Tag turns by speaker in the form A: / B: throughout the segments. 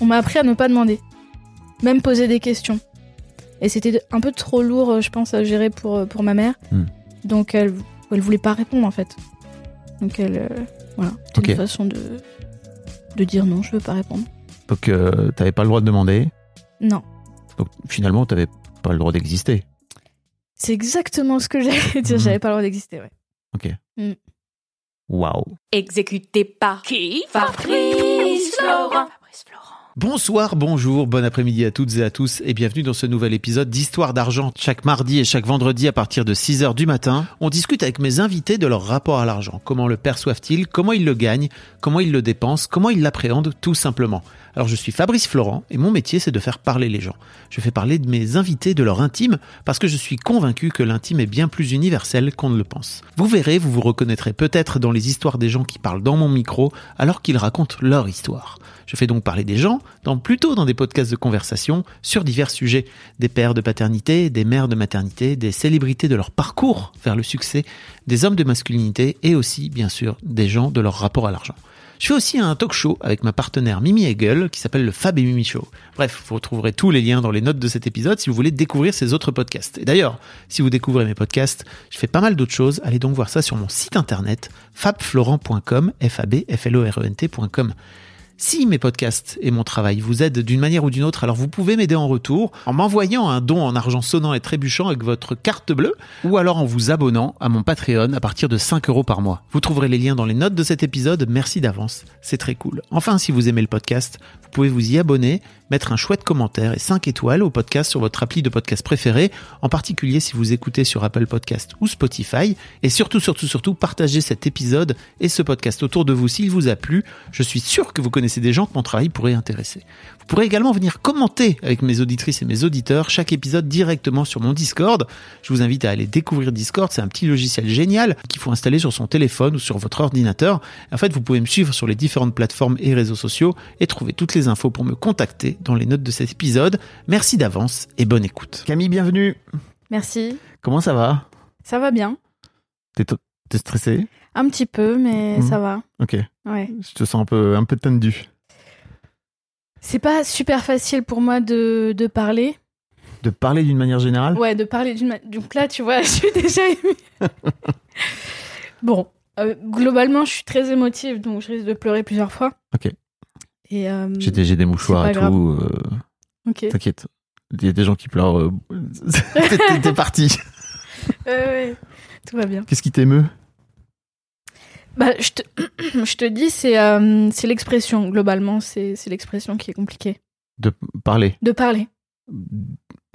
A: On m'a appris à ne pas demander, même poser des questions. Et c'était un peu trop lourd, euh, je pense, à gérer pour, euh, pour ma mère.
B: Hmm.
A: Donc elle, elle voulait pas répondre en fait. Donc elle, euh, voilà, c'était
B: Ok.
A: une façon de, de dire non, je veux pas répondre.
B: Donc, euh, t'avais pas le droit de demander.
A: Non,
B: Donc, finalement, t'avais pas le droit d'exister.
A: c'est exactement ce que j'allais dire.
B: Mhm.
A: J'avais pas le droit d'exister, ouais.
B: Waouh.
C: Exécuté par qui Fabrice Florent.
B: Bonsoir, bonjour, bon après-midi à toutes et à tous et bienvenue dans ce nouvel épisode d'Histoire d'argent. Chaque mardi et chaque vendredi à partir de 6h du matin, on discute avec mes invités de leur rapport à l'argent. Comment le perçoivent-ils Comment ils le gagnent Comment ils le dépensent Comment ils l'appréhendent tout simplement Alors je suis Fabrice Florent et mon métier c'est de faire parler les gens. Je fais parler de mes invités de leur intime parce que je suis convaincu que l'intime est bien plus universel qu'on ne le pense. Vous verrez, vous vous reconnaîtrez peut-être dans les histoires des gens qui parlent dans mon micro alors qu'ils racontent leur histoire. Je fais donc parler des gens, dans, plutôt dans des podcasts de conversation, sur divers sujets. Des pères de paternité, des mères de maternité, des célébrités de leur parcours vers le succès, des hommes de masculinité et aussi, bien sûr, des gens de leur rapport à l'argent. Je fais aussi un talk show avec ma partenaire Mimi Hegel qui s'appelle le Fab et Mimi Show. Bref, vous retrouverez tous les liens dans les notes de cet épisode si vous voulez découvrir ces autres podcasts. Et d'ailleurs, si vous découvrez mes podcasts, je fais pas mal d'autres choses. Allez donc voir ça sur mon site internet fabflorent.com, f a b f l o r e n t.com. Si mes podcasts et mon travail vous aident d'une manière ou d'une autre, alors vous pouvez m'aider en retour en m'envoyant un don en argent sonnant et trébuchant avec votre carte bleue ou alors en vous abonnant à mon Patreon à partir de 5 euros par mois. Vous trouverez les liens dans les notes de cet épisode. Merci d'avance, c'est très cool. Enfin, si vous aimez le podcast, vous pouvez vous y abonner, mettre un chouette commentaire et 5 étoiles au podcast sur votre appli de podcast préféré, en particulier si vous écoutez sur Apple Podcast ou Spotify. Et surtout, surtout, surtout, partagez cet épisode et ce podcast autour de vous s'il vous a plu. Je suis sûr que vous connaissez des gens que mon travail pourrait intéresser. Vous pourrez également venir commenter avec mes auditrices et mes auditeurs chaque épisode directement sur mon Discord. Je vous invite à aller découvrir Discord, c'est un petit logiciel génial qu'il faut installer sur son téléphone ou sur votre ordinateur. En fait, vous pouvez me suivre sur les différentes plateformes et réseaux sociaux et trouver toutes les infos pour me contacter dans les notes de cet épisode. Merci d'avance et bonne écoute. Camille, bienvenue.
A: Merci.
B: Comment ça va
A: Ça va bien,
B: T'es t'es stressée
A: un petit peu, mais
B: Mhm.
A: ça va.
B: Ok,
A: Ouais.
B: je te sens un peu, un peu tendue.
A: C'est pas super facile pour moi de, de parler.
B: De parler d'une manière générale
A: Ouais, de parler d'une. ma- Donc là, tu vois, je suis déjà émue. bon, euh, globalement, je suis très émotive, donc je risque de pleurer plusieurs fois.
B: Ok.
A: Et. euh,
B: J'ai des, j'ai des mouchoirs
A: pas
B: et
A: grave.
B: tout. euh,
A: Ok. Ouais,
B: T'inquiète. Il y a des gens qui pleurent. euh, t'es- t'es- T'es parti.
A: ouais, tout va bien.
B: Qu'est-ce qui t'émeut
A: Bah, je te, je te dis, c'est euh, c'est l'expression, globalement, c'est c'est l'expression qui est compliquée.
B: de parler
A: De parler.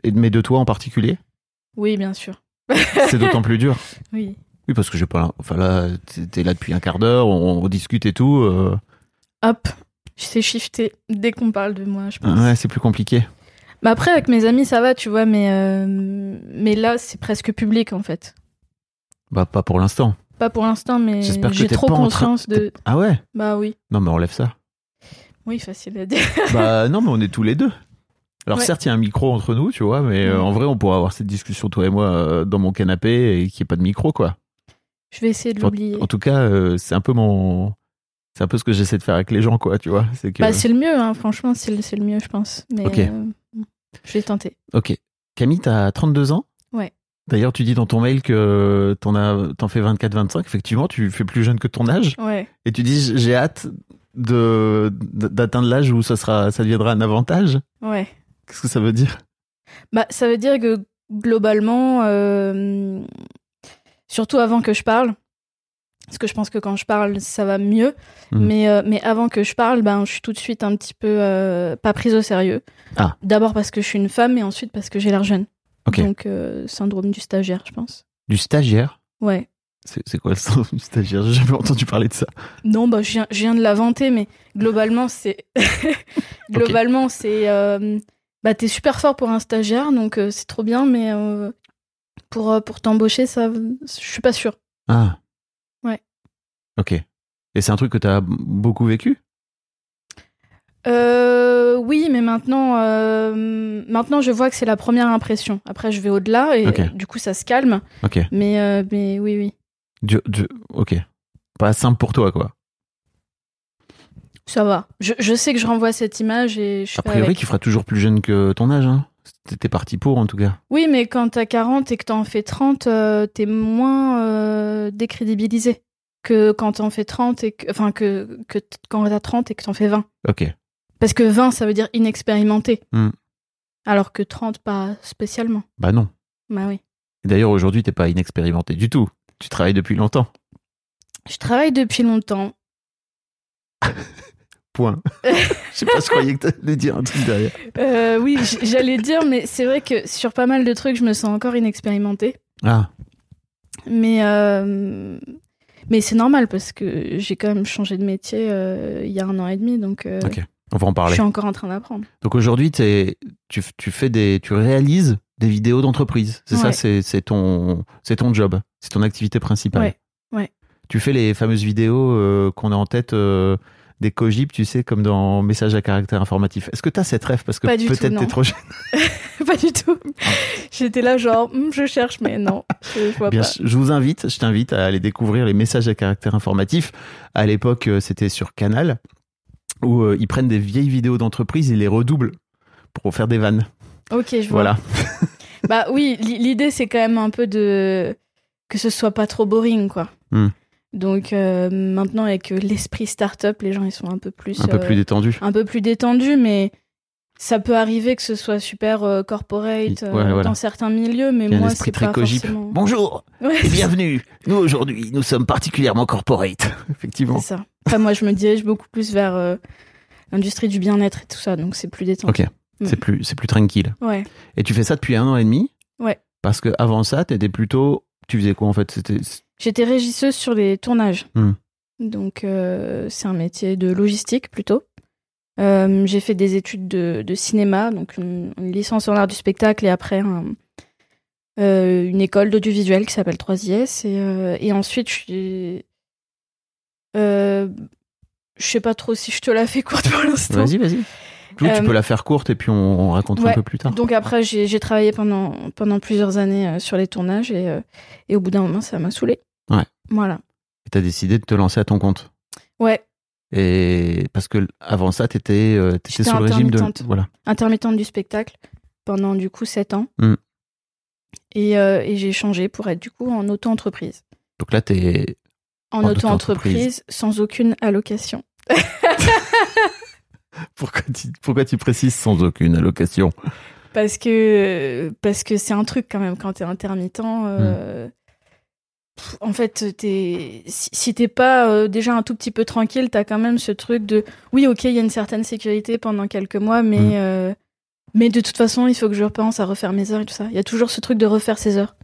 B: Et- Mais de toi en particulier
A: Oui, bien sûr.
B: C'est d'autant plus dur.
A: Oui.
B: Oui, parce que j'ai pas. Enfin là, t'es- t'es là depuis un quart d'heure, on, on discute et tout. euh,
A: Hop, je sais shifter dès qu'on parle de moi, je pense.
B: Ouais, c'est plus compliqué.
A: Bah après, avec mes amis, ça va, tu vois, mais, euh, mais là, c'est presque public, en fait.
B: Bah, pas pour l'instant.
A: Pas pour l'instant, mais
B: J'espère que
A: j'ai
B: t'es
A: trop
B: pas en train-
A: conscience de.
B: Ah ouais
A: Bah oui,
B: Non, mais enlève ça.
A: oui, facile à dire.
B: bah non, mais on est tous les deux. Alors
A: Ouais.
B: certes, il y a un micro entre nous, tu vois, mais euh,
A: Mhm.
B: en vrai, on pourrait avoir cette discussion, toi et moi, euh, dans mon canapé et qu'il n'y ait pas de micro, quoi.
A: Je vais essayer de
B: Enfin,
A: l'oublier.
B: En tout cas, euh, c'est un peu mon. C'est un peu ce que j'essaie de faire avec les gens, quoi, tu vois. C'est que...
A: Bah, c'est le mieux, hein, franchement, c'est le, c'est le mieux, je pense. Mais
B: euh. Ok.
A: euh, je vais tenter.
B: Ok. Camille, t'as 32 ans
A: Ouais.
B: D'ailleurs, tu dis dans ton mail que t'en as, t'en fais 24-25. Effectivement, tu fais plus jeune que ton âge.
A: Ouais,
B: Et tu dis, j'ai hâte de, d'atteindre l'âge où ça sera, ça deviendra un avantage.
A: ouais.
B: Qu'est-ce que ça veut dire?
A: Bah, ça veut dire que globalement, euh, surtout avant que je parle, parce que je pense que quand je parle, ça va mieux,
B: Mhm.
A: mais, euh, mais avant que je parle, ben, je suis tout de suite un petit peu euh, pas prise au sérieux.
B: Ah.
A: D'abord parce que je suis une femme et ensuite parce que j'ai l'air jeune.
B: Ok.
A: Donc, euh, syndrome du stagiaire, je pense.
B: Du stagiaire?
A: Ouais.
B: C'est c'est quoi le syndrome du stagiaire J'ai jamais entendu parler de ça.
A: Non, bah, je viens, je viens de l'inventer, mais globalement, c'est. globalement, c'est. euh, bah, t'es super fort pour un stagiaire, donc euh, c'est trop bien, mais euh, pour, euh, pour t'embaucher, ça, je suis pas sûre.
B: Ah.
A: Ouais.
B: Ok. Et c'est un truc que t'as beaucoup vécu
A: Euh, oui, mais maintenant, euh, maintenant, je vois que c'est la première impression. Après, je vais au-delà et
B: Ok.
A: euh, du coup, ça se calme.
B: Ok.
A: Mais, euh, mais oui, oui.
B: Dieu, Dieu- ok. Pas simple pour toi, quoi.
A: Ça va. Je, je sais que je renvoie cette image et je suis
B: A priori,
A: avec.
B: tu feras toujours plus jeune que ton âge. Hein. T'étais parti pour, en tout cas.
A: Oui, mais quand t'as 40 et que t'en fais 30, euh, t'es moins euh, décrédibilisé que quand t'en fais 30 et que, enfin, que, que t- quand t'as 30 et que t'en fais 20.
B: Ok.
A: Parce que 20, ça veut dire inexpérimenté.
B: Hmm.
A: Alors que 30, pas spécialement.
B: Bah non.
A: Bah oui.
B: Et D'ailleurs, aujourd'hui, t'es pas inexpérimenté du tout. Tu travailles depuis longtemps.
A: Je travaille depuis longtemps.
B: Point. Je sais pas, je croyais que t'allais dire un truc derrière.
A: Euh, oui, j- j'allais dire, mais c'est vrai que sur pas mal de trucs, je me sens encore inexpérimentée.
B: Ah,
A: Mais, euh, mais c'est normal parce que j'ai quand même changé de métier euh, il y a un an et demi, donc euh,
B: Ok, on va en
A: je
B: parler.
A: suis encore en train d'apprendre.
B: Donc aujourd'hui, t'es- tu, tu fais des, tu réalises des vidéos d'entreprise. C'est ça,
A: Ouais.
B: c'est c'est ton, c'est ton job, c'est ton activité principale.
A: Ouais, ouais.
B: Tu fais les fameuses vidéos euh, qu'on a en tête. euh, des cogip, tu sais, comme dans message à caractère informatif. Est-ce que t'as cette rêve Parce que
A: Pas du tout,
B: peut-être
A: non.
B: t'es trop jeune.
A: pas du tout. J'étais là genre, Hum, je cherche, mais non, je, je vois
B: Bien,
A: pas.
B: je je vous invite, je t'invite à aller découvrir les messages à caractère informatif. À l'époque, euh, c'était sur Canal, où euh, ils prennent des vieilles vidéos d'entreprise, ils les redoublent pour faire des vannes.
A: Ok, je vois.
B: Voilà.
A: Bah oui, li- l'idée c'est quand même un peu de que ce soit pas trop boring, quoi.
B: Hmm.
A: Donc euh, maintenant avec l'esprit start-up, les gens ils sont un peu plus
B: Un peu
A: euh,
B: plus détendu.
A: un peu plus détendu, mais ça peut arriver que ce soit super euh, corporate euh,
B: Ouais, voilà.
A: dans certains milieux, mais
B: Il y a un
A: moi,
B: esprit
A: c'est
B: très
A: pas
B: cogip.
A: forcément...
B: Bonjour
A: Ouais,
B: et bienvenue. Nous aujourd'hui, nous sommes particulièrement corporate. Effectivement.
A: c'est ça. Enfin, moi, je me dirige beaucoup plus vers euh, l'industrie du bien-être et tout ça, donc c'est plus détendu.
B: Ok. C'est plus, c'est plus tranquille.
A: Ouais.
B: Et tu fais ça depuis un an et demi.
A: Ouais.
B: Parce que avant ça, t'étais plutôt, tu faisais quoi en fait C'était
A: J'étais régisseuse sur les tournages.
B: Hmm.
A: Donc, euh, c'est un métier de logistique plutôt. Euh, j'ai fait des études de, de cinéma, donc une, une licence en art du spectacle et après un- euh, une école d'audiovisuel qui s'appelle 3IS. Et, euh, et ensuite, je suis. euh, je sais pas trop si je te la fais courte pour l'instant.
B: Vas-y, vas-y. Lou,
A: Euh,
B: tu peux la faire courte et puis on, on racontera un
A: ouais.
B: peu plus tard.
A: Donc après, j'ai j'ai travaillé pendant, pendant plusieurs années euh, sur les tournages et, euh, et au bout d'un moment, ça m'a saoulée.
B: Ouais.
A: Voilà.
B: Et t'as décidé de te lancer à ton compte.
A: Ouais,
B: Et parce que avant ça, t'étais, euh, t'étais
A: J'étais
B: sur le régime de.
A: intermittente.
B: Voilà.
A: intermittente du spectacle pendant du coup 7 ans.
B: Mm.
A: Et, euh, et j'ai changé pour être du coup en auto-entreprise.
B: Donc là, t'es.
A: En,
B: En
A: auto-entreprise,
B: auto-entreprise.
A: sans aucune allocation.
B: Pourquoi tu, pourquoi tu précises sans aucune allocation
A: Parce que parce que c'est un truc quand même quand t'es intermittent.
B: Mm.
A: euh, pff, En fait, t'es- si, si t'es pas euh, déjà un tout petit peu tranquille, t'as quand même ce truc de oui, ok, il y a une certaine sécurité pendant quelques mois, mais
B: Mm.
A: euh, mais de toute façon, il faut que je repense à refaire mes heures et tout ça. Il y a toujours ce truc de refaire ses heures.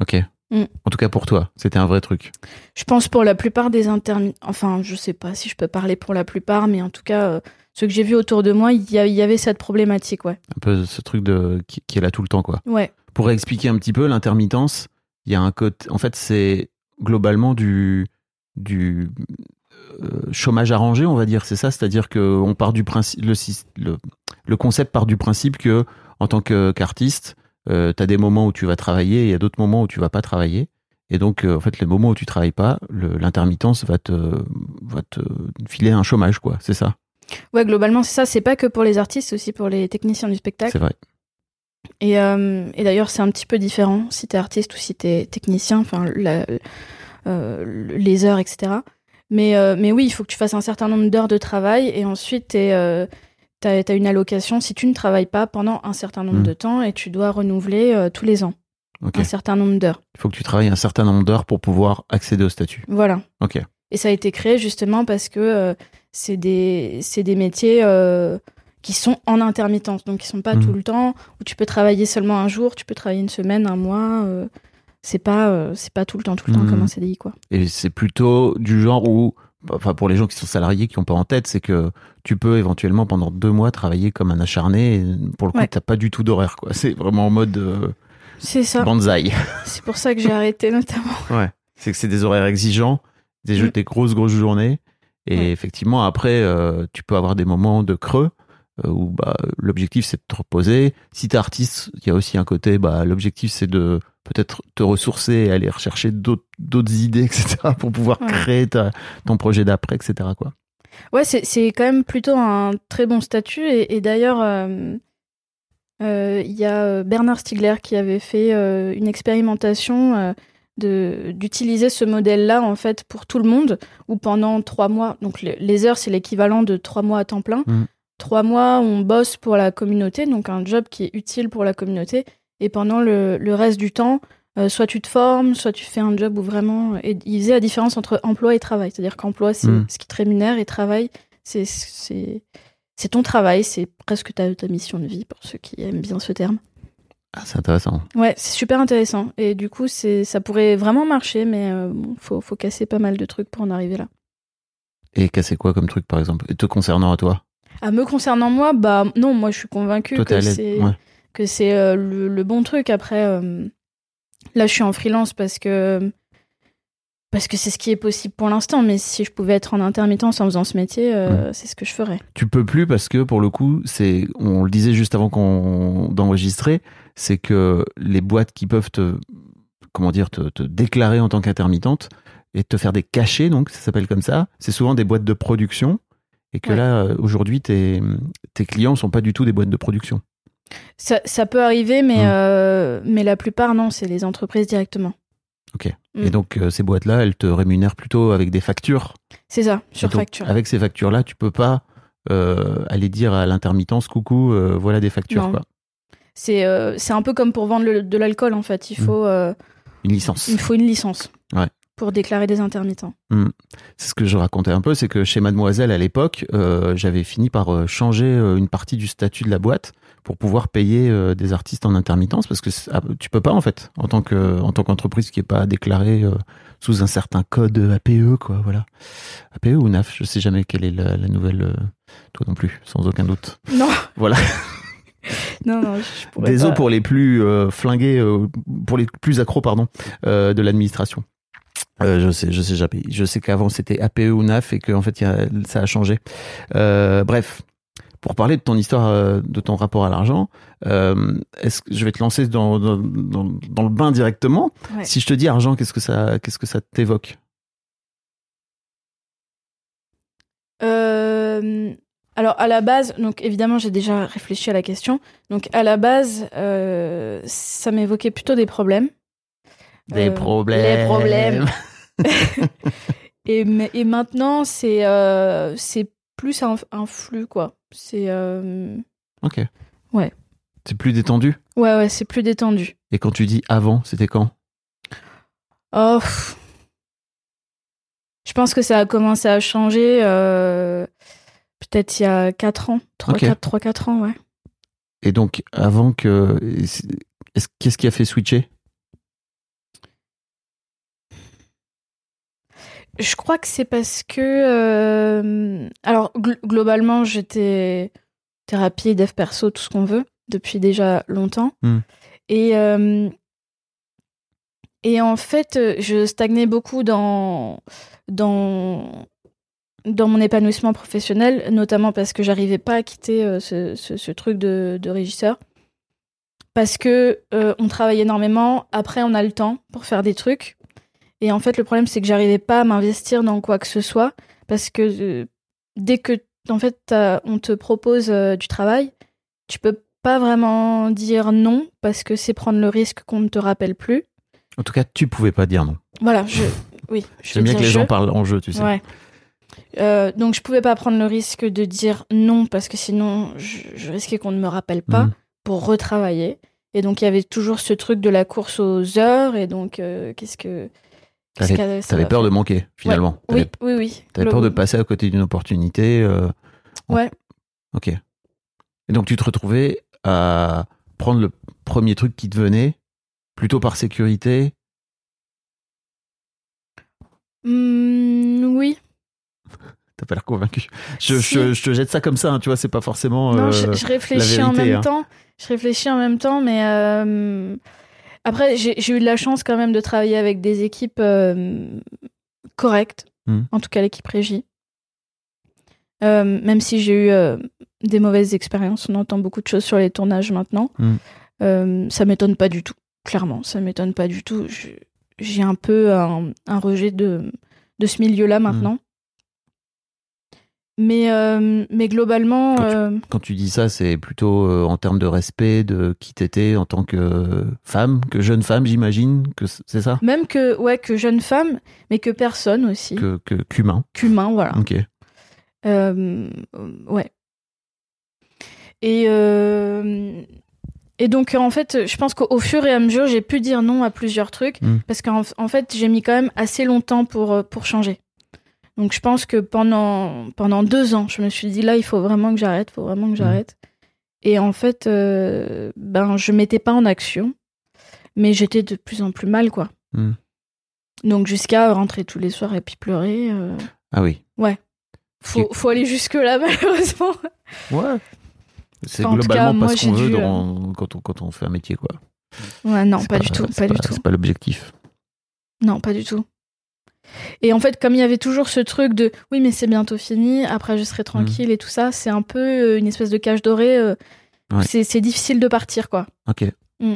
B: Ok.
A: Mm.
B: En tout cas pour toi, c'était un vrai truc.
A: Je pense pour la plupart des intermittents, enfin, je sais pas si je peux parler pour la plupart, mais en tout cas, euh, ceux que j'ai vus autour de moi, il y, a- il y avait cette problématique, ouais.
B: Un peu ce truc de qui, qui est là tout le temps quoi.
A: Ouais,
B: Pour expliquer un petit peu l'intermittence, il y a un côté. En fait, c'est globalement du du euh, chômage arrangé, on va dire. C'est ça, c'est-à-dire que on part du principe le, sys- le le concept part du principe que en tant que- qu'artiste, euh, tu as des moments où tu vas travailler et il y a d'autres moments où tu vas pas travailler. Et donc, euh, en fait, les moments où tu travailles pas, le- l'intermittence va te, va te filer un chômage, quoi. C'est ça,
A: ouais, globalement, c'est ça. C'est pas que pour les artistes, c'est aussi pour les techniciens du spectacle.
B: c'est vrai.
A: Et, euh, et d'ailleurs, c'est un petit peu différent si t'es artiste ou si t'es technicien, enfin, la- euh, les heures, etc. Mais, euh, mais oui, il faut que tu fasses un certain nombre d'heures de travail et ensuite t'es, euh, t'as as une allocation si tu ne travailles pas pendant un certain nombre
B: Mm.
A: de temps et tu dois renouveler euh, tous les ans
B: Ok.
A: un certain nombre d'heures.
B: Il faut que tu travailles un certain nombre d'heures pour pouvoir accéder au statut.
A: Voilà.
B: Ok.
A: Et ça a été créé justement parce que euh, c'est des, c'est des métiers euh, qui sont en intermittence, donc qui sont pas
B: Mhm.
A: tout le temps, où tu peux travailler seulement un jour, tu peux travailler une semaine, un mois. euh, C'est pas, euh, c'est pas tout le temps, tout le temps
D: Mhm.
A: comme un CDI, quoi.
B: Et c'est plutôt du genre où, enfin pour les gens qui sont salariés, qui n'ont pas en tête, c'est que tu peux éventuellement pendant deux mois travailler comme un acharné. Et pour le coup,
A: Ouais.
B: t'as pas du tout d'horaire, quoi. C'est vraiment en mode euh,
A: C'est ça.
B: banzai.
A: C'est pour ça que j'ai arrêté, notamment.
B: C'est que c'est des horaires exigeants, des, jeux,
A: Mm.
B: des grosses, grosses journées. Et
A: Ouais.
B: effectivement, après, euh, tu peux avoir des moments de creux euh, où bah, l'objectif, c'est de te reposer. Si t'es artiste, il y a aussi un côté, bah, l'objectif, c'est de peut-être te ressourcer et aller rechercher d'autres d'autres idées, etc., pour pouvoir
A: Ouais.
B: créer ta- ton projet d'après, etc., quoi.
A: Ouais, c'est, c'est quand même plutôt un très bon statut. Et, et d'ailleurs, euh, euh, il y a euh, Bernard Stiegler qui avait fait euh, une expérimentation euh, de, d'utiliser ce modèle-là, en fait, pour tout le monde, où pendant trois mois, donc le- les heures, c'est l'équivalent de trois mois à temps plein.
B: Mhm.
A: Trois mois, on bosse pour la communauté, donc un job qui est utile pour la communauté. Et pendant le, le reste du temps, euh, soit tu te formes, soit tu fais un job où vraiment. Et il faisait la différence entre emploi et travail. C'est-à-dire qu'emploi, c'est
B: Mm.
A: ce qui te rémunère et travail, c'est- c'est c'est ton travail, c'est presque ta, ta mission de vie, pour ceux qui aiment bien ce terme.
B: Ah, c'est intéressant.
A: Ouais, c'est super intéressant. Et du coup, c'est ça pourrait vraiment marcher, mais euh, bon, faut, faut casser pas mal de trucs pour en arriver là.
B: Et casser quoi comme truc, par exemple Et Te concernant à toi
A: À me concernant moi, bah non, moi je suis convaincue
B: Toi, t'es à
A: que
B: l'aise
A: c'est.
B: Ouais.
A: que c'est euh, le, le bon truc. Après, euh, là, je suis en freelance parce que parce que c'est ce qui est possible pour l'instant. Mais si je pouvais être en intermittence en faisant ce métier, euh, c'est ce que je ferais.
B: Tu peux plus parce que, pour le coup, c'est on le disait juste avant qu'on d'enregistrer, c'est que les boîtes qui peuvent te, comment dire, te, te déclarer en tant qu'intermittente et te faire des cachets, donc ça s'appelle comme ça, c'est souvent des boîtes de production. Et que
A: Ouais.
B: là, euh, aujourd'hui, tes, tes clients sont pas du tout des boîtes de production.
A: Ça, ça peut arriver, mais
B: Mm.
A: euh, mais la plupart non, c'est les entreprises directement. Mm.
B: Et donc, euh, ces boîtes-là, elles te rémunèrent plutôt avec des factures.
A: C'est ça, sur
B: Et donc, ah.
A: facture.
B: Avec ces factures-là, tu peux pas euh, aller dire à l'intermittence, coucou, euh, voilà des factures,
A: Non.
B: quoi.
A: C'est euh, c'est un peu comme pour vendre le- de l'alcool en fait. Il
B: Mm.
A: faut euh,
B: Une licence.
A: il faut une licence
B: Ouais.
A: pour déclarer des intermittents.
B: C'est ce que je racontais un peu, c'est que chez Mademoiselle, à l'époque, euh, j'avais fini par euh, changer euh, une partie du statut de la boîte pour pouvoir payer euh, des artistes en intermittence, parce que c'est- ah, tu peux pas, en fait, en tant que en tant qu'entreprise qui est pas déclarée euh, sous un certain code APE, quoi, voilà. APE ou NAF, je sais jamais quelle est la, la nouvelle... euh, toi non plus, sans aucun doute.
A: Non.
B: Voilà.
A: non non, je je pourrais
B: Désolé
A: pas.
B: pour les plus euh, flingués, euh, pour les plus accros, pardon, euh, de l'administration. Euh, je sais, je sais jamais. Je sais qu'avant c'était APE ou NAF et que en fait il y a- ça a changé. Euh, bref, pour parler de ton histoire, euh, de ton rapport à l'argent, euh, est-ce que je vais te lancer dans, dans, dans- dans le bain directement
A: Ouais.
B: Si je te dis argent, qu'est-ce que ça, qu'est-ce que ça t'évoque
A: Euh, alors à la base, donc évidemment j'ai déjà réfléchi à la question. Donc à la base, euh, ça m'évoquait plutôt des problèmes.
B: Des
A: Euh,
B: problèmes.
A: les problèmes. Et, ma- et maintenant c'est euh, c'est plus un, un flux quoi. C'est euh,
B: ok.
A: Ouais.
B: T'es plus détendu.
A: ouais ouais c'est plus détendu.
B: Et quand tu dis avant, c'était quand
A: Oh. pff. Je pense que ça a commencé à changer euh, peut-être il y a 4 ans, 3
B: Ok.
A: 4 3 4 ans ouais.
B: Et donc, avant que. est-ce- Qu'est-ce qui a fait switcher
A: Je crois que c'est parce que. euh, alors, gl- globalement, j'étais thérapie, dev perso, tout ce qu'on veut, depuis déjà longtemps.
B: Hmm.
A: Et, euh, et en fait, euh, je stagnais beaucoup dans, dans, dans mon épanouissement professionnel, notamment parce que j'arrivais pas à quitter euh, ce, ce- ce truc de, de régisseur. Parce que euh, on travaille énormément, après on a le temps pour faire des trucs. Et en fait, le problème, c'est que j'arrivais pas à m'investir dans quoi que ce soit parce que euh, dès que, en fait, t'as- on te propose euh, du travail, tu peux pas vraiment dire non parce que c'est prendre le risque qu'on ne te rappelle plus.
B: En tout cas, tu pouvais pas dire non.
A: Voilà, je. Oui, je
B: J'aime bien
A: veux
B: que les
A: dire
B: gens
A: je.
B: parlent hein. en jeu, tu sais.
A: Ouais. Euh, donc, je pouvais pas prendre le risque de dire non parce que sinon, je, je risquais qu'on ne me rappelle pas
B: Mhm.
A: pour retravailler. Et donc, il y avait toujours ce truc de la course aux heures. Et donc, euh, qu'est-ce que. qu'est-ce que ça
B: T'avais
A: va
B: peur de manquer, finalement. T'avais-
A: Oui, oui, oui.
B: T'avais
A: Le-
B: peur de passer à côté d'une opportunité. euh, en-
A: Ouais.
B: Ok. Et donc, tu te retrouvais à prendre le premier truc qui te venait, plutôt par sécurité
A: Hmm, oui.
B: T'as pas l'air convaincu. Je,
A: Si.
B: je- je te jette ça comme ça, hein, tu vois, c'est pas forcément.
A: non,
B: euh,
A: je, je réfléchis en
B: vérité,
A: même
B: hein.
A: temps. Je réfléchis en même temps, mais euh, après, j'ai j'ai eu de la chance quand même de travailler avec des équipes euh, correctes,
B: Hmm.
A: en tout cas l'équipe régie. Euh, même si j'ai eu euh, des mauvaises expériences, on entend beaucoup de choses sur les tournages maintenant.
B: Hmm.
A: Euh, ça m'étonne pas du tout, clairement, ça m'étonne pas du tout. Je- J'ai un peu un, un rejet de, de ce
B: Hmm.
A: milieu-là maintenant. Mais, euh, mais globalement.
B: Quand tu-
A: euh,
B: Quand tu dis ça, c'est plutôt euh, en termes de respect de qui t'étais en tant que euh, femme, que jeune femme, j'imagine, que c- c'est ça
A: Même que, ouais, que jeune femme, mais que personne aussi,
B: Que Mm. que- qu'humain.
A: qu'humain, voilà.
B: Ok.
A: Euh, ouais. Et, euh, et donc, en fait, je pense qu'au fur et à mesure, j'ai pu dire non à plusieurs trucs,
B: Mm.
A: parce qu'en en fait, j'ai mis quand même assez longtemps pour, euh, pour changer. Donc, je pense que pendant, pendant deux ans, je me suis dit, là, il faut vraiment que j'arrête, il faut
B: Mm.
A: vraiment que j'arrête. Et en fait, euh, ben, je mettais pas en action, mais j'étais de plus en plus mal, quoi.
B: Mm.
A: Donc, jusqu'à rentrer tous les soirs et puis pleurer. euh,
B: Ah oui.
A: faut, faut aller jusque-là, malheureusement.
B: Ouais. C'est
A: Enfin, en tout
B: globalement
A: cas,
B: pas
A: moi,
B: ce qu'on
A: j'ai
B: veut
A: dû, euh,
B: dans- quand, on, quand on fait un métier, quoi.
A: Ouais, non,
B: C'est
A: pas, du tout,
B: c'est
A: pas, du tout.
B: C'est pas l'objectif.
A: Non, pas du tout. Et en fait, comme il y avait toujours ce truc de oui, mais c'est bientôt fini, après je
B: Mhm.
A: serai tranquille et tout ça, c'est un peu euh, une espèce de cage dorée. euh,
B: Ouais.
A: c'est- C'est difficile de partir, quoi.
B: Ok.
A: Mm.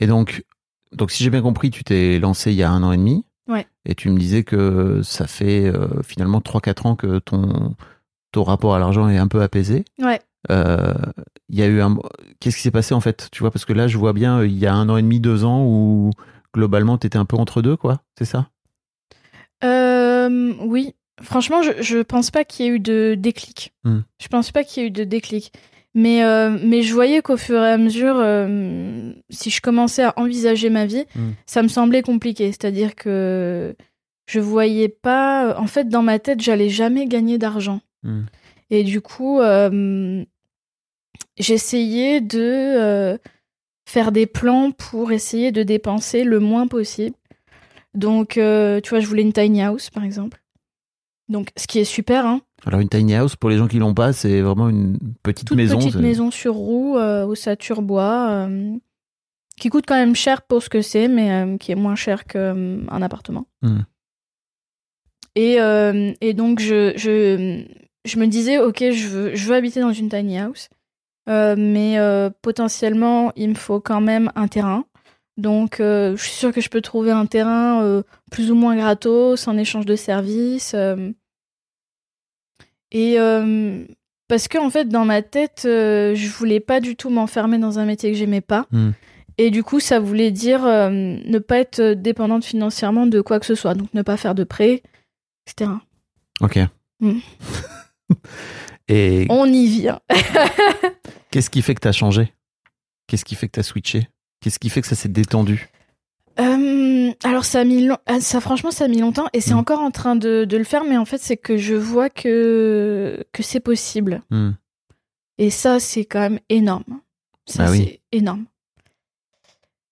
B: Et donc, donc, si j'ai bien compris, tu t'es lancé il y a un an et demi.
A: Ouais.
B: Et tu me disais que ça fait euh, finalement 3-4 ans que ton, ton rapport à l'argent est un peu apaisé.
A: Ouais.
B: Euh, Il y a eu un. Qu'est-ce qui s'est passé en fait Tu vois, parce que là, je vois bien, euh, il y a un an et demi, deux ans où globalement, t'étais un peu entre deux, quoi. C'est ça
A: Euh, oui, franchement, je, je pense pas qu'il y ait eu de déclic.
B: Hmm.
A: Je pense pas qu'il y ait eu de déclic. Mais, euh, mais je voyais qu'au fur et à mesure, euh, si je commençais à envisager ma vie,
B: Hmm.
A: ça me semblait compliqué. C'est-à-dire que je voyais pas. euh, En fait, dans ma tête, j'allais jamais gagner d'argent.
B: Hmm.
A: Et du coup, euh, j'essayais de euh, faire des plans pour essayer de dépenser le moins possible. Donc, euh, tu vois, je voulais une tiny house, par exemple. Donc, ce qui est super, hein.
B: Alors, une tiny house, pour les gens qui l'ont pas, c'est vraiment une petite
A: Toute
B: maison.
A: petite
B: c'est-
A: maison sur roue, euh, ossature bois, euh, qui coûte quand même cher pour ce que c'est, mais euh, qui est moins cher qu'un appartement.
B: Hmm.
A: Et, euh, et donc, je, je, je me disais, ok, je veux, je veux habiter dans une tiny house, euh, mais euh, potentiellement, il me faut quand même un terrain. Donc, euh, je suis sûre que je peux trouver un terrain euh, plus ou moins gratos en échange de services. euh. Et euh, parce que, en fait, dans ma tête, euh, je voulais pas du tout m'enfermer dans un métier que j'aimais pas.
B: Mm.
A: Et du coup, ça voulait dire euh, ne pas être dépendante financièrement de quoi que ce soit. Donc, ne pas faire de prêt, etc.
B: Ok.
A: Mm.
B: et
A: On y vient.
B: Qu'est-ce qui fait que t'as changé Qu'est-ce qui fait que t'as switché Qu'est-ce qui fait que ça s'est détendu
A: Euh, alors ça a mis long- ah, ça franchement ça a mis longtemps et c'est
B: Mm.
A: encore en train de, de le faire mais en fait c'est que je vois que que c'est possible
B: Hmm.
A: et ça c'est quand même énorme ça
B: Bah
A: c'est
B: oui.
A: énorme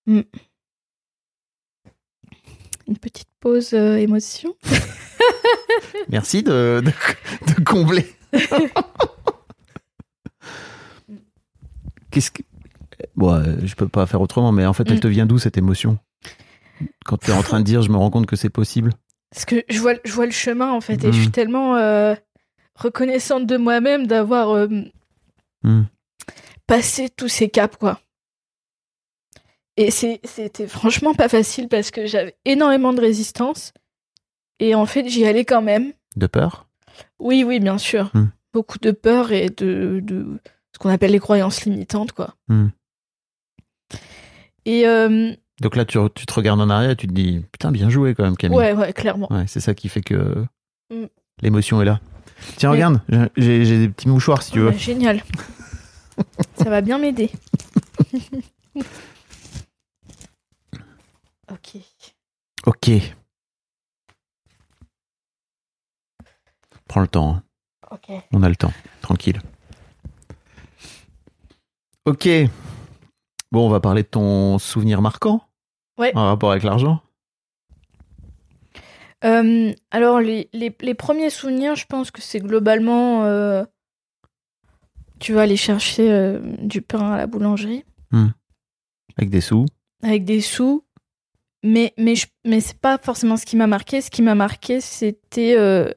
A: Mm. une petite pause euh, émotion
B: Merci de, de- de combler. Qu'est-ce que. Bon, euh, je peux pas faire autrement, mais en fait, elle
A: Mm.
B: te vient d'où cette émotion Quand t'es en train de dire, je me rends compte que c'est possible.
A: parce que je vois je vois le chemin en fait et je suis
B: Mm.
A: tellement euh, reconnaissante de moi-même d'avoir euh,
B: Hmm.
A: passer tous ces caps, quoi. Et c'est- c'était franchement pas facile parce que j'avais énormément de résistance. Et en fait, j'y allais quand même.
B: De peur
A: Oui, oui, bien sûr.
B: Hmm.
A: Beaucoup de peur et de, de ce qu'on appelle les croyances limitantes, quoi.
B: Hmm.
A: Et euh,
B: Donc là, tu, re- tu te regardes en arrière et tu te dis, putain, bien joué quand même, Camille.
A: ouais, ouais, clairement.
B: Ouais, c'est ça qui fait que
A: Mm.
B: l'émotion est là. Tiens,
A: Mais-
B: regarde, j'ai j'ai des petits mouchoirs si tu
A: Ah,
B: veux.
A: génial. Ça va bien m'aider. ok.
B: Ok. Prends le temps, hein.
A: Ok.
B: on a le temps, tranquille. Ok. Bon, on va parler de ton souvenir marquant
A: Ouais.
B: en rapport avec l'argent.
A: Euh, alors, les, les, les premiers souvenirs, je pense que c'est globalement. euh, tu vas aller chercher euh, du pain à la boulangerie
B: Avec des sous.
A: avec des sous. Mais, mais, je- mais c'est pas forcément ce qui m'a marqué. Ce qui m'a marqué, c'était. euh,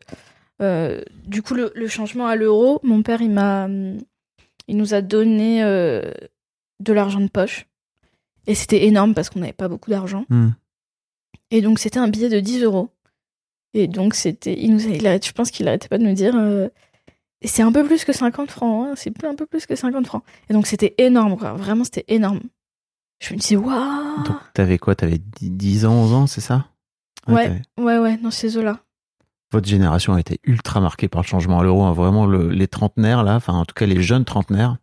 A: euh, du coup, le, le changement à l'euro. Mon père, il m'a. hum, Il nous a donné euh, de l'argent de poche. Et c'était énorme parce qu'on n'avait pas beaucoup d'argent.
B: Hmm.
A: Et donc, c'était un billet de 10 euros. Et donc, c'était. Il nous a- il arrête- je pense qu'il arrêtait pas de nous dire. euh, Et c'est un peu plus que 50 francs. hein, C'est plus- un peu plus que 50 francs. Et donc, c'était énorme, quoi. Vraiment, c'était énorme. Je me disais, waouh!
B: Donc, t'avais quoi T'avais 10 10 ans, 11 ans, c'est ça
A: Ouais.
B: t'avais-
A: Ouais, ouais, dans ces eaux-là.
B: Votre génération a été ultra marquée par le changement à l'euro. hein. Vraiment, le- les trentenaires, là, enfin, en tout cas, les jeunes trentenaires,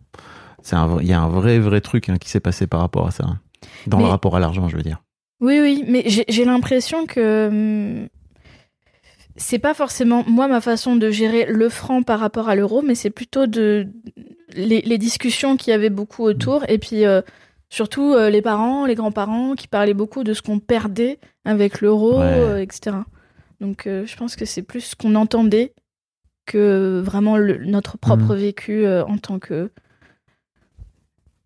B: c'est un vrai- il y a un vrai, vrai truc hein, qui s'est passé par rapport à ça. hein. Dans le
A: Mais-
B: rapport à l'argent, je veux dire.
A: Oui, oui, mais j'ai j'ai l'impression que hum, c'est pas forcément moi ma façon de gérer le franc par rapport à l'euro, mais c'est plutôt de les, les discussions qu'il y avait
B: Mm.
A: beaucoup autour et puis euh, surtout euh, les parents, les grands-parents qui parlaient beaucoup de ce qu'on perdait avec l'euro,
B: Ouais.
A: euh, etc. Donc euh, je pense que c'est plus ce qu'on entendait que vraiment le- notre
B: Mm.
A: propre vécu euh, en tant que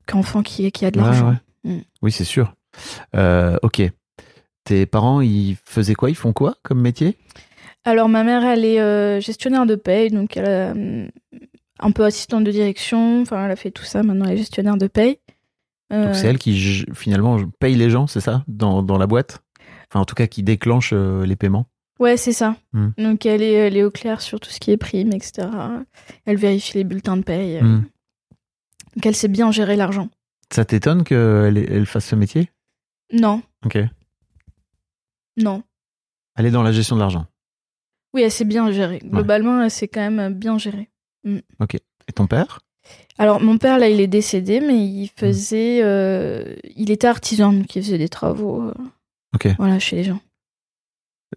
A: qu'enfant qui, est- qui a de
B: Ouais,
A: l'argent.
B: ouais.
A: Mm.
B: Oui, c'est sûr. Euh, ok. Tes parents, ils faisaient quoi Ils font quoi comme métier
A: Alors ma mère, elle est euh, gestionnaire de paye, donc elle a, hum, un peu assistante de direction, enfin elle a fait tout ça, maintenant elle est gestionnaire de paye. Euh,
B: Donc, c'est elle qui, j- finalement, paye les gens, c'est ça dans, dans la boîte Enfin, en tout cas, qui déclenche euh, les paiements
A: Ouais, c'est ça.
B: Hmm.
A: Donc elle est, elle est au clair sur tout ce qui est prime, etc. Elle vérifie les bulletins de paye. euh.
B: Hmm.
A: Donc elle sait bien gérer l'argent.
B: Ça t'étonne qu'elle elle fasse ce métier
A: Non,
B: Ok.
A: non.
B: Elle est dans la gestion de l'argent.
A: Oui, elle sait bien gérer. Globalement, elle sait quand même bien gérer.
B: Et ton père
A: Alors mon père, là, il est décédé, mais
B: Hmm.
A: il faisait... euh, il était artisan, donc il faisait des travaux. euh,
B: Ok.
A: Voilà, chez les gens.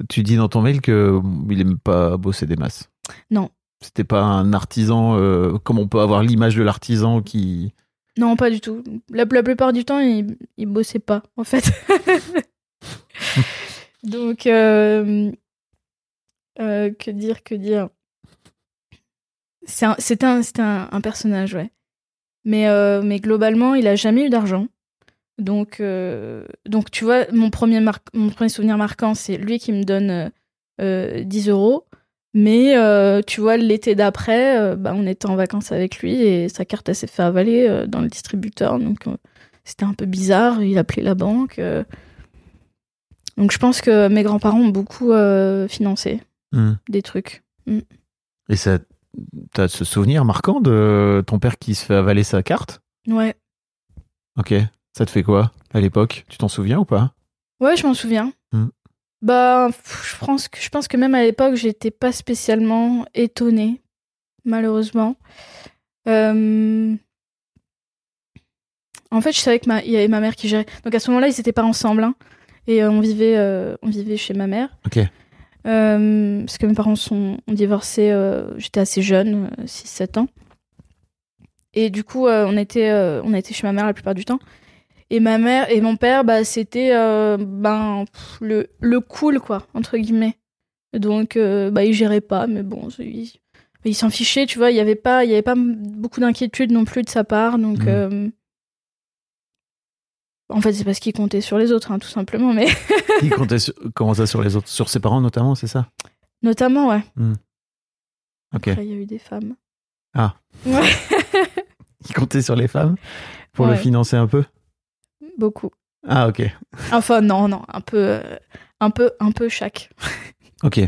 B: Tu dis dans ton mail que mm, il aime pas bosser des masses.
A: Non.
B: C'était pas un artisan euh, comme on peut avoir l'image de l'artisan qui.
A: Non, pas du tout. La, la plupart du temps, il, il bossait pas, en fait. Donc, euh, euh, que dire, que dire. C'est un- C'était un, c'était un, un personnage, ouais. Mais, euh, mais globalement, il a jamais eu d'argent. Donc, euh, donc, tu vois, mon premier, mar- mon premier souvenir marquant, c'est lui qui me donne euh, euh, 10 euros. Mais euh, tu vois, l'été d'après, euh, bah, on était en vacances avec lui et sa carte elle s'est fait avaler euh, dans le distributeur. Donc euh, c'était un peu bizarre. Il appelait la banque. euh. Donc je pense que mes grands-parents ont beaucoup euh, financé des trucs.
B: Et ça, t'as ce souvenir marquant de ton père qui se fait avaler sa carte
A: Ouais,
B: Ok. Ça te fait quoi à l'époque Tu t'en souviens ou pas
A: ouais, je m'en souviens.
B: Hmm.
A: Bah, pff, je pense que je pense que même à l'époque, j'étais pas spécialement étonnée, malheureusement. Euh, En fait, je savais que ma... il y avait ma mère qui gérait. Donc à ce moment-là, ils n'étaient pas ensemble. hein. Et euh, on, vivait, euh, on vivait chez ma mère.
B: Ok.
A: Euh, parce que mes parents sont, ont divorcé, euh, j'étais assez jeune, euh, 6-7 ans. Et du coup, euh, on, était, euh, on était chez ma mère la plupart du temps. Et ma mère et mon père, bah, c'était euh, ben, pff, le, le cool, quoi, entre guillemets. Donc, euh, bah, ils géraient pas, mais bon, ils ils s'en fichaient, tu vois. Il n'y avait, pas- il y avait pas beaucoup d'inquiétude non plus de sa part. Donc,
B: Mhm.
A: euh, en fait, c'est parce qu'ils comptaient sur les autres, hein, tout simplement. Mais
B: Il comptait sur, comment ça sur les autres Sur ses parents notamment, c'est ça
A: notamment, ouais.
B: Hmm. Ok.
A: Après, il y a eu des femmes.
B: Ah.
A: Ouais,
B: Il comptait sur les femmes pour le
A: Ouais.
B: financer un peu
A: beaucoup.
B: Ah, ok.
A: Enfin, non, non, un peu, euh, un peu, un peu chaque.
B: Ok.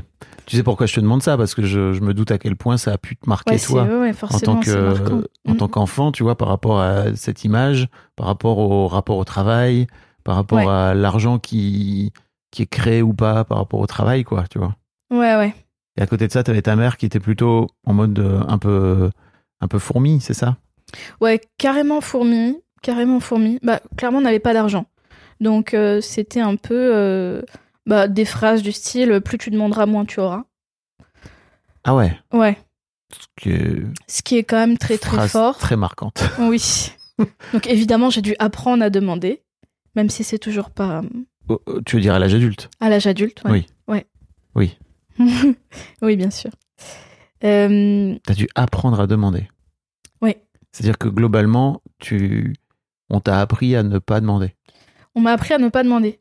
B: Tu sais pourquoi je te demande ça Parce que je, je me doute à quel point ça a pu te marquer,
A: Ouais, c'est
B: toi.
A: ouais, ouais,
B: en tant
A: forcément,
B: que euh,
A: c'est marquant.
B: en
A: Mm.
B: tant qu'enfant, tu vois, par rapport à cette image, par rapport au rapport au travail, par rapport
A: Ouais.
B: à l'argent qui qui est créé ou pas, par rapport au travail, quoi, tu vois.
A: Ouais, ouais.
B: Et à côté de ça, tu avais ta mère qui était plutôt en mode euh, un peu un peu fourmi, c'est ça
A: Ouais, carrément fourmi, carrément fourmi. Bah, clairement, on n'avait pas d'argent. Donc, euh, c'était un peu euh, bah, des phrases du style plus tu demanderas, moins tu auras.
B: Ah ouais.
A: Ouais,
B: Ce qui est-
A: ce qui est quand même très très
B: phrase
A: fort.
B: très marquante.
A: Oui. Donc, évidemment, j'ai dû apprendre à demander, même si c'est toujours pas euh,
B: Oh, oh, tu veux dire à l'âge adulte
A: à l'âge adulte. ouais.
B: Oui.
A: Ouais.
B: Oui.
A: oui, bien sûr. Euh,
B: T'as dû apprendre à demander.
A: Oui.
B: C'est-à-dire que globalement, tu, on t'a appris à ne pas demander.
A: on m'a appris à ne pas demander,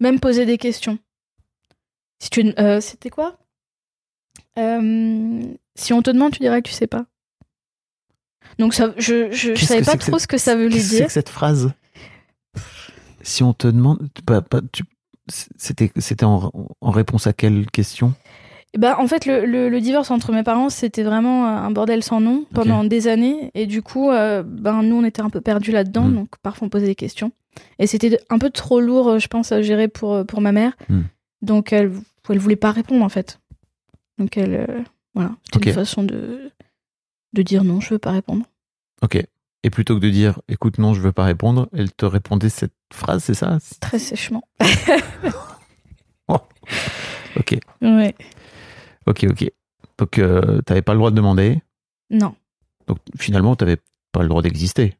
A: même poser des questions. Si tu, euh, c'était quoi Euh, Si on te demande, tu dirais que tu sais pas. Donc ça, je, je, je
B: Qu'est-ce
A: savais
B: que
A: pas
B: c'est que
A: trop ce que ça voulait
B: Qu'est-ce que c'est
A: dire.
B: que cette phrase Si on te demande, pas- pas- tu- c'était c'était en, en réponse à quelle question
A: Eh ben, en fait, le, le- le divorce entre mes parents, c'était vraiment un bordel sans nom pendant des années. Et du coup, euh, ben, nous, on était un peu perdus là-dedans.
B: Mm.
A: Donc, parfois, on posait des questions. Et c'était de- un peu trop lourd, euh, je pense, à gérer pour, euh, pour ma mère.
B: Mm.
A: Donc, elle elle voulait pas répondre, en fait. Donc, elle. euh, voilà. C'était
B: Ok.
A: une façon de, de dire non, je veux pas répondre.
B: Ok. Et plutôt que de dire, écoute, non, je veux pas répondre, elle te répondait cette phrase, c'est ça
A: Très sèchement.
B: Ok.
A: Ouais.
B: Ok, ok. Donc, euh, t'avais pas le droit de demander.
A: Non.
B: Donc, finalement, t'avais pas le droit d'exister.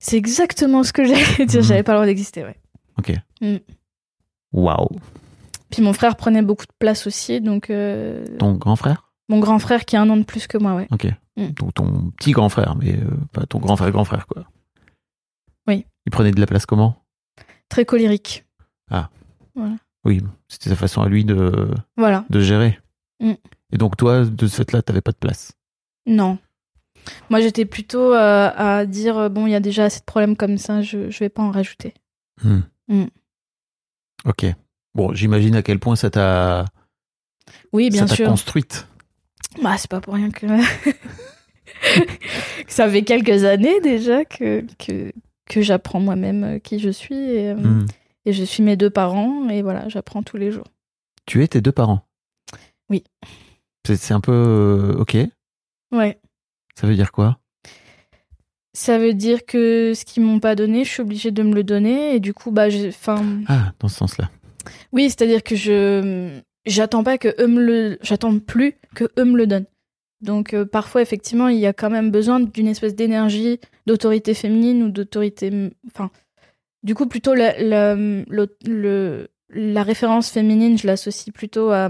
A: C'est exactement ce que j'allais dire.
B: Mm.
A: J'avais pas le droit d'exister, ouais.
B: Waouh.
A: Puis, mon frère prenait beaucoup de place aussi. Donc, euh,
B: Ton grand frère
A: mon grand frère qui a un an de plus que moi, ouais.
B: Ok.
A: Mm.
B: Donc, ton petit grand frère, mais euh, pas ton grand frère, grand frère, quoi.
A: Oui.
B: Il prenait de la place comment
A: très colérique.
B: Oui, c'était sa façon à lui de,
A: Voilà.
B: de gérer.
A: Mm.
B: Et donc, toi, de ce fait-là, t'avais pas de place.
A: Non. Moi, j'étais plutôt euh, à dire euh, bon, il y a déjà assez de problèmes comme ça, je, je vais pas en rajouter.
B: Hmm.
A: Mm.
B: Ok. Bon, j'imagine à quel point ça t'a
A: Oui, bien
B: ça t'a
A: sûr.
B: construite.
A: Bah, c'est pas pour rien que. que ça fait quelques années déjà que, que, que j'apprends moi-même euh, qui je suis. Et, euh,
B: Mm.
A: et je suis mes deux parents, et voilà, j'apprends tous les jours.
B: Tu es tes deux parents
A: Oui.
B: C'est c'est un peu. euh, ok.
A: Ouais.
B: Ça veut dire quoi
A: Ça veut dire que ce qu'ils m'ont pas donné, je suis obligée de me le donner, et du coup, bah, j'ai. Enfin.
B: Ah, dans ce sens-là.
A: Oui, c'est-à-dire que je j'attends pas que eux me le j'attends plus que eux me le donnent. Donc euh, parfois effectivement, il y a quand même besoin d'une espèce d'énergie, d'autorité féminine ou d'autorité m- enfin du coup plutôt la la, l'au- le- la référence féminine, je l'associe plutôt à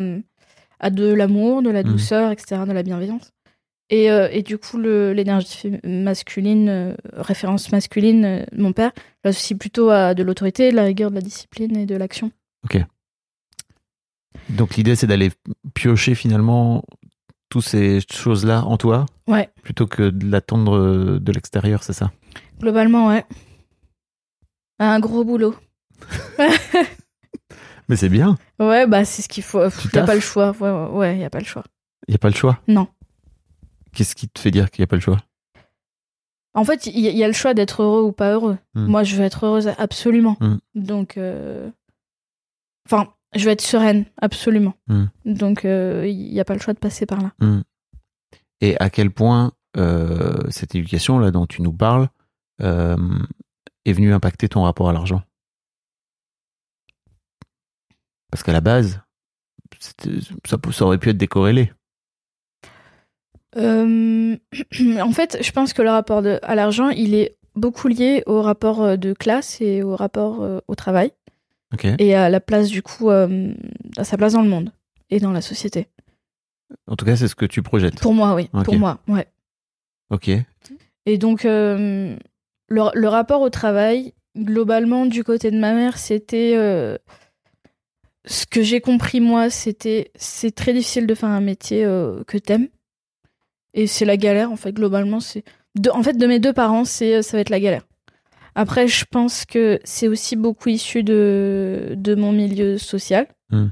A: à de l'amour, de la
B: Mhm.
A: douceur, etc., de la bienveillance. Et, euh, et du coup, le- l'énergie fé- masculine, euh, référence masculine, euh, mon père, je l'associe plutôt à de l'autorité, de la rigueur, de la discipline et de l'action.
B: Donc, l'idée, c'est d'aller piocher finalement toutes ces choses-là en toi.
A: Ouais.
B: Plutôt que de l'attendre euh, de l'extérieur, c'est ça
A: Globalement, ouais. Un gros boulot.
B: Mais c'est bien.
A: Ouais, bah c'est ce qu'il faut.
B: Tu
A: Il n'y a
B: taffes.
A: pas le choix. Ouais, ouais, ouais, y a pas le choix.
B: Il n'y a pas le choix
A: Non.
B: Qu'est-ce qui te fait dire qu'il n'y a pas le choix
A: En fait, il y, y a le choix d'être heureux ou pas heureux.
B: Hmm.
A: Moi, je veux être heureuse absolument.
B: Hmm.
A: Donc, euh, enfin, je veux être sereine absolument.
B: Hmm.
A: Donc, il n'y a pas le choix de passer par là.
B: et à quel point euh, cette éducation là dont tu nous parles euh, est venue impacter ton rapport à l'argent Parce qu'à la base, c'était- ça, pou- ça aurait pu être décorrélé.
A: Euh, en fait, je pense que le rapport de- à l'argent, il est beaucoup lié au rapport euh, de classe et au rapport euh, au travail.
B: Ok.
A: et à la place du coup euh, à sa place dans le monde et dans la société.
B: En tout cas, c'est ce que tu projettes.
A: Pour moi, oui.
B: Ok.
A: Pour moi, ouais.
B: Ok.
A: Et donc euh, le, le rapport au travail, globalement du côté de ma mère, c'était euh, ce que j'ai compris moi, c'était c'est très difficile de faire un métier euh, que t'aimes et c'est la galère en fait. Globalement, c'est de- en fait de mes deux parents, c'est ça va être la galère. Après, je pense que c'est aussi beaucoup issu de, de mon milieu social.
B: Hmm.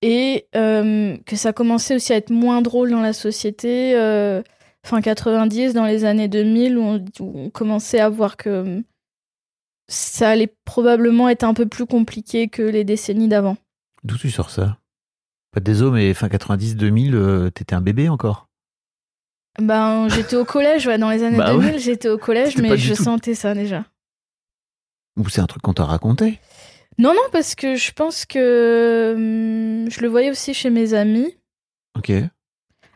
A: Et euh, que ça commençait aussi à être moins drôle dans la société, euh, fin 90, dans les années 2000, où on, où on commençait à voir que euh, ça allait probablement être un peu plus compliqué que les décennies d'avant.
B: D'où tu sors ça Pas Désolé, mais fin 90-2000, euh, t'étais un bébé encore.
A: Ben, j'étais au collège, ouais, dans les années
B: Bah
A: 2000, j'étais au collège,
B: C'était pas
A: mais
B: du
A: je
B: tout.
A: sentais ça déjà.
B: Ou c'est un truc qu'on t'a raconté
A: Non, non, parce que je pense que hum, je le voyais aussi chez mes amis.
B: Ok.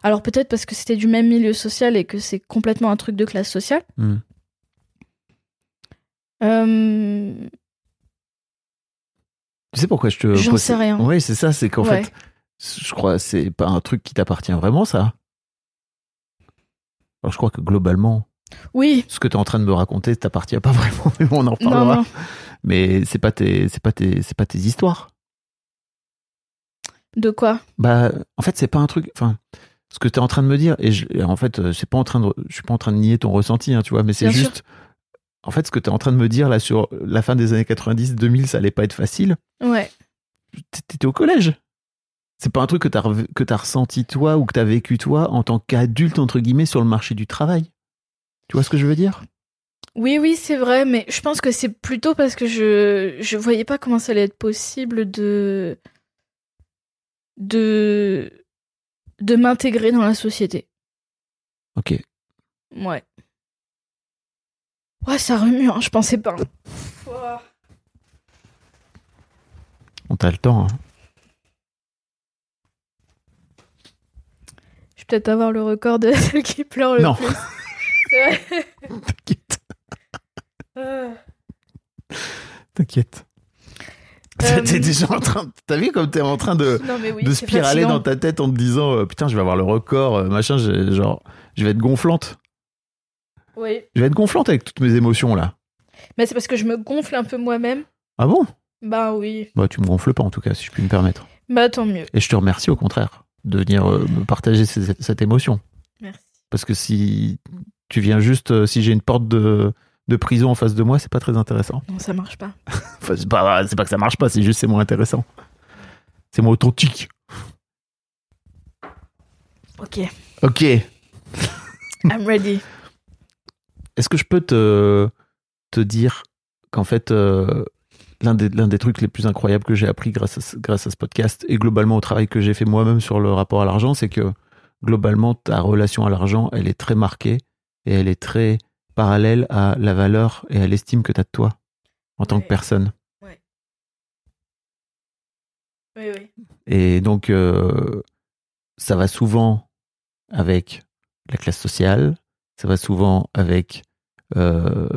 A: Alors peut-être parce que c'était du même milieu social et que c'est complètement un truc de classe sociale.
B: Hmm.
A: Hum, Euh,
B: Tu sais pourquoi je te.
A: J'en
B: pose-
A: sais rien.
B: Oui, c'est ça, c'est qu'en
A: Ouais.
B: fait, je crois, c'est pas un truc qui t'appartient vraiment, ça. Alors, je crois que globalement,
A: Oui.
B: ce que tu es en train de me raconter t'appartient pas vraiment, mais bon, on en
A: Non,
B: parlera.
A: non.
B: Mais c'est pas tes, c'est pas tes, c'est pas tes histoires.
A: De quoi
B: Bah, en fait, c'est pas un truc. Enfin, ce que tu es en train de me dire, et, je- et en fait, euh, c'est pas en train de, je suis pas en train de nier ton ressenti, hein, tu vois, mais c'est
A: Bien sûr.
B: juste. En fait, ce que tu es en train de me dire là sur la fin des années 90, 2000, ça allait pas être facile.
A: Ouais.
B: T- T'étais au collège. C'est pas un truc que t'as rev- que t'as ressenti toi ou que t'as vécu toi en tant qu'adulte entre guillemets sur le marché du travail. Tu vois ce que je veux dire
A: Oui, oui, c'est vrai, mais je pense que c'est plutôt parce que je je voyais pas comment ça allait être possible de de de m'intégrer dans la société.
B: Ok.
A: Ouais. Ouais, ça remue, hein, je pensais pas.
B: On t'a le temps. hein.
A: Je vais peut-être avoir le record de celle qui pleure le
B: Non.
A: plus. C'est vrai.
B: T'inquiète.
A: Euh,
B: T'inquiète.
A: Euh,
B: T'es déjà en train. de- T'as vu comme t'es en train de,
A: Non mais oui,
B: de
A: c'est
B: spiraler
A: fatigant.
B: dans ta tête en te disant euh, putain je vais avoir le record euh, machin je- genre je vais être gonflante.
A: Oui.
B: Je vais être gonflante avec toutes mes émotions là.
A: Mais c'est parce que je me gonfle un peu moi-même.
B: Ah bon
A: Bah oui.
B: Bah tu me gonfles pas en tout cas si je puis me permettre.
A: Bah tant mieux.
B: Et je te remercie au contraire de venir euh, me partager ces- cette émotion.
A: Merci.
B: Parce que si tu viens juste, euh, si j'ai une porte de, de prison en face de moi, c'est pas très intéressant.
A: Non, ça marche pas.
B: Enfin, c'est pas, c'est pas que ça marche pas, c'est juste c'est moins intéressant. C'est moins authentique.
A: Ok.
B: Ok. Est-ce
A: I'm ready.
B: que je peux te, te dire qu'en fait, euh, l'un des, l'un des trucs les plus incroyables que j'ai appris grâce à, ce- grâce à ce podcast et globalement au travail que j'ai fait moi-même sur le rapport à l'argent, c'est que globalement, ta relation à l'argent, elle est très marquée et elle est très parallèle à la valeur et à l'estime que tu as de toi en tant que
A: Ouais.
B: personne.
A: Oui, oui.
B: Et donc, euh, ça va souvent avec la classe sociale, ça va souvent avec euh,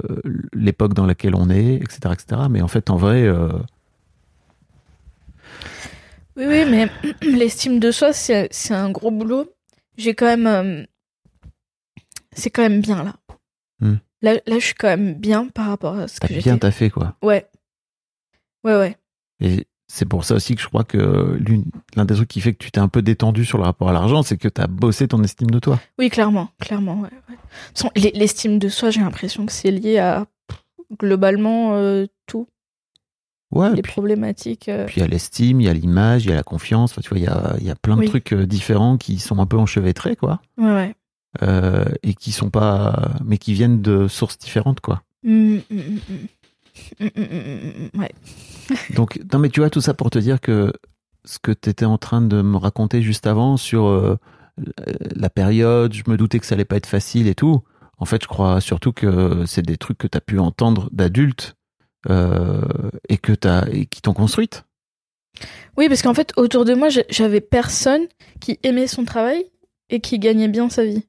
B: l'époque dans laquelle on est, etc. etc. Mais en fait, en vrai, euh,
A: Oui, oui, mais l'estime de soi, c'est c'est un gros boulot. J'ai quand même. euh, C'est quand même bien là.
B: Hmm.
A: Là, là, je suis quand même bien par rapport à ce
B: t'as
A: que j'étais.
B: bien taffé, quoi.
A: Ouais. Ouais, ouais.
B: Et c'est pour ça aussi que je crois que l'une- l'un des trucs qui fait que tu t'es un peu détendu sur le rapport à l'argent, c'est que t'as bossé ton estime de toi.
A: Oui, clairement, clairement. Ouais, ouais. De toute façon, l'e- L'estime de soi, j'ai l'impression que c'est lié à globalement euh, tout,
B: Ouais,
A: les
B: Ah, puis-
A: problématiques. euh,
B: Puis il y a l'estime, il y a l'image, il y a la confiance. Enfin, tu vois, il y a, il y a plein de
A: Oui.
B: trucs euh, différents qui sont un peu enchevêtrés, quoi.
A: Ouais, ouais.
B: Euh, et qui sont pas, mais qui viennent de sources différentes, quoi.
A: Mm, mm, mm, mm. Mm, mm, mm, mm, ouais.
B: Donc, non, mais tu vois, tout ça pour te dire que ce que tu étais en train de me raconter juste avant sur euh, la période, je me doutais que ça allait pas être facile et tout. En fait, je crois surtout que c'est des trucs que tu as pu entendre d'adultes euh, et que t'as et qui t'ont construite.
A: Oui, parce qu'en fait, autour de moi, j'ai- j'avais personne qui aimait son travail et qui gagnait bien sa vie.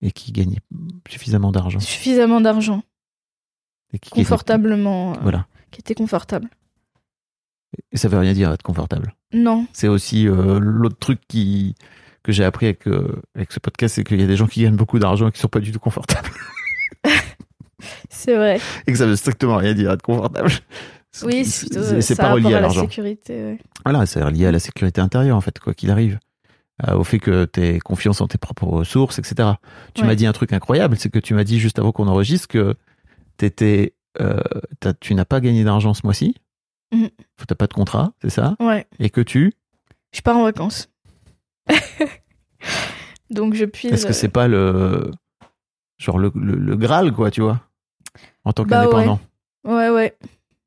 B: Et qui gagnaient suffisamment d'argent.
A: Suffisamment d'argent,
B: Et Hein. qui gagnaient-
A: confortablement, euh,
B: Voilà.
A: qui était confortable.
B: Et ça veut rien dire être confortable.
A: Non,
B: C'est aussi euh, l'autre truc qui, que j'ai appris avec, euh, avec ce podcast, c'est qu'il y a des gens qui gagnent beaucoup d'argent et qui sont pas du tout confortables.
A: c'est vrai.
B: Et que ça veut strictement rien dire être confortable.
A: Oui,
B: c'est,
A: plutôt,
B: c'est
A: euh, ça a
B: pas relié
A: rapport la
B: à l'argent.
A: sécurité. ouais.
B: Voilà, c'est relié à la sécurité intérieure, en fait, quoi qu'il arrive. Euh, au fait que tu aies confiance en tes propres ressources, etc. Tu
A: Ouais.
B: m'as dit un truc incroyable, c'est que tu m'as dit juste avant qu'on enregistre que t'étais, euh, t'as- tu n'as pas gagné d'argent ce mois-ci.
A: Mhm.
B: T'as pas de contrat, c'est ça
A: Ouais,
B: Et que tu.
A: je pars en vacances. Donc je puise.
B: Est-ce que c'est pas le genre le, le- le Graal, quoi, tu vois, en tant
A: Bah
B: qu'indépendant
A: Ouais, ouais.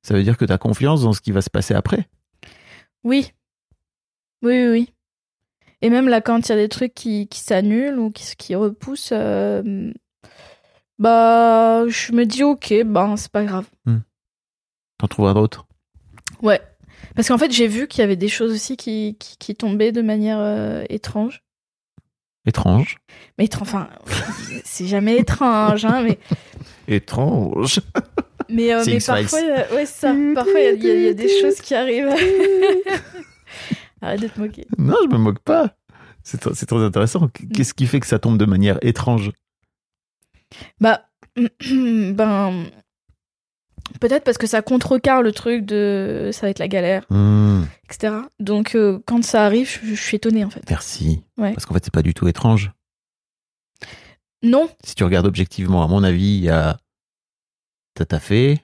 B: Ça veut dire que tu as confiance dans ce qui va se passer après.
A: Oui. Oui, oui, oui. Et même là, quand il y a des trucs qui, qui s'annulent ou qui, qui repoussent, euh, bah, je me dis, ok, ben, c'est pas grave.
B: T'en trouveras d'autres.
A: Ouais. Parce qu'en fait, j'ai vu qu'il y avait des choses aussi qui, qui, qui tombaient de manière euh, étrange.
B: Étrange.
A: Mais étrange, enfin, c'est jamais étrange, hein, mais,
B: Étrange.
A: Mais, euh,
B: C'est
A: mais
B: X-Files.
A: parfois, euh, ouais, c'est ça. Parfois, il y, a- il y a des choses qui arrivent. Arrête de te moquer.
B: Non, je me moque pas. C'est tr- c'est très intéressant.
A: Mm.
B: Qu'est-ce qui fait que ça tombe de manière étrange
A: Bah, ben. Peut-être parce que ça contrecarre le truc de ça va être la galère,
B: Hmm,
A: etc. Donc, euh, quand ça arrive, je, je suis étonnée en fait.
B: Merci.
A: Ouais.
B: Parce qu'en fait, c'est pas du tout étrange.
A: Non,
B: Si tu regardes objectivement, à mon avis, il y a. T'as t'as fait,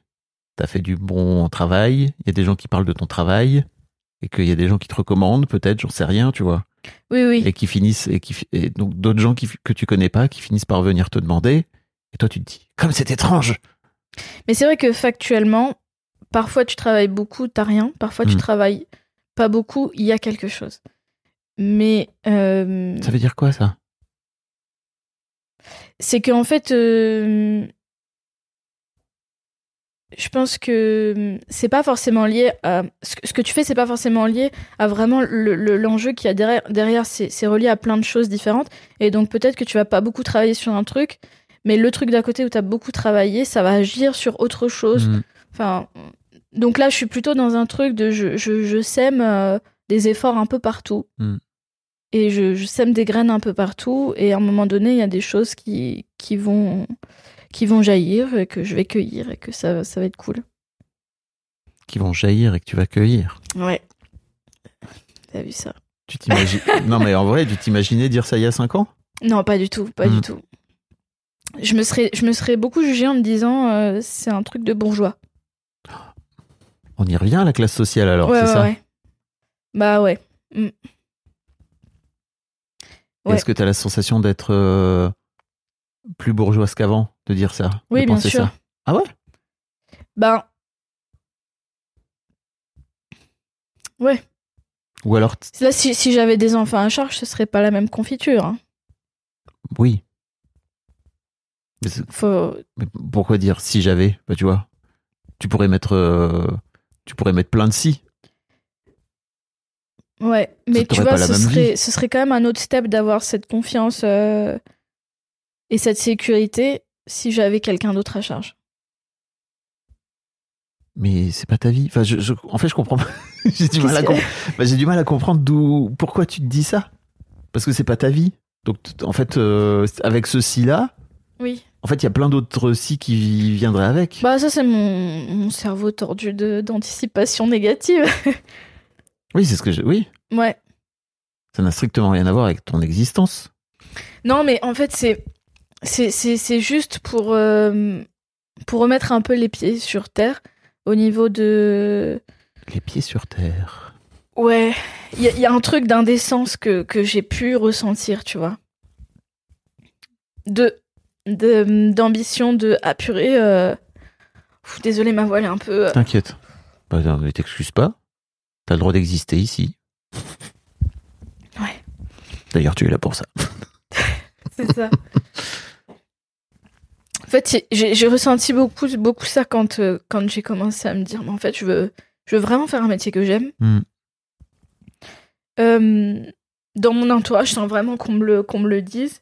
B: t'as fait du bon travail, il y a des gens qui parlent de ton travail, et qu'il y a des gens qui te recommandent, peut-être, j'en sais rien, tu vois.
A: oui, oui.
B: et qui finissent et qui fi- et donc d'autres gens qui, que tu connais pas qui finissent par venir te demander et toi tu te dis comme c'est étrange
A: Mais c'est vrai que factuellement, parfois tu travailles beaucoup, t'as rien. Parfois tu
B: Mm.
A: travailles pas beaucoup, il y a quelque chose. Mais euh,
B: ça veut dire quoi ça
A: c'est qu'en fait, euh, je pense que euh, c'est pas forcément lié à ce que, ce que tu fais, c'est pas forcément lié à vraiment le- le- l'enjeu qu'il y a derrière. Derrière, c'est c'est relié à plein de choses différentes, et donc peut-être que tu vas pas beaucoup travailler sur un truc, mais le truc d'à côté où tu as beaucoup travaillé, ça va agir sur autre chose.
B: Hmm.
A: Enfin, donc là, je suis plutôt dans un truc de je, je, je sème euh, des efforts un peu partout.
B: Mm.
A: Et je, je sème des graines un peu partout. Et à un moment donné, il y a des choses qui, qui, vont, qui vont jaillir et que je vais cueillir et que ça, ça va être cool.
B: qui vont jaillir et que tu vas cueillir
A: Ouais. T'as vu ça
B: tu t'imagines non mais en vrai tu t'imaginais dire ça il y a 5 ans
A: Non, pas du tout. Pas
B: Mm.
A: du tout. Je me, serais, je me serais beaucoup jugée en me disant euh, c'est un truc de bourgeois.
B: on y revient à la classe sociale alors
A: ouais,
B: c'est
A: ouais,
B: ça
A: ouais. Bah ouais. Mm. ouais.
B: est-ce que tu as la sensation d'être euh, plus bourgeoise qu'avant de dire ça de
A: Oui, bien
B: penser
A: sûr.
B: ça ah ouais
A: Ben,
B: ou alors t-
A: Là, si, si j'avais des enfants à charge, ce serait pas la même confiture. hein.
B: oui mais, c'est-
A: Faut...
B: mais pourquoi dire si j'avais bah tu vois tu pourrais mettre euh, tu pourrais mettre plein de si
A: Ouais, mais tu
B: t'aurais
A: vois,
B: pas la
A: ce
B: même
A: serait, ce serait quand même un autre step d'avoir cette confiance euh, et cette sécurité si j'avais quelqu'un d'autre à charge.
B: mais c'est pas ta vie. Enfin, je, je- en fait, je comprends. pas. j'ai du mal à
A: Qu'est-ce que-
B: comprendre. j'ai du mal à comprendre d'où, pourquoi tu te dis ça. Parce que c'est pas ta vie. Donc, t- en fait, euh, avec ce si là,
A: Oui.
B: en fait, il y a plein d'autres si qui viendraient avec.
A: Bah, ça, c'est mon, mon cerveau tordu de- d'anticipation négative.
B: Oui, c'est ce que je. Oui,
A: ouais.
B: ça n'a strictement rien à voir avec ton existence.
A: Non, mais en fait, c'est c'est c'est c'est juste pour euh, pour remettre un peu les pieds sur terre au niveau de
B: Les pieds sur terre.
A: Ouais, il y, a- y a un truc d'indécence que, que j'ai pu ressentir, tu vois. De de- d'ambition de, apurer. euh, désolé, ma voix elle est un peu. euh,
B: T'inquiète. Bah, non, mais t'excuses pas. T'as le droit d'exister ici.
A: Ouais.
B: D'ailleurs, tu es là pour ça.
A: C'est ça. en fait, j'ai j'ai ressenti beaucoup, beaucoup ça quand, euh, quand j'ai commencé à me dire, mais en fait, je veux, je veux vraiment faire un métier que j'aime.
B: Mm.
A: Euh, dans mon entourage, sans vraiment qu'on me, le- qu'on me le dise,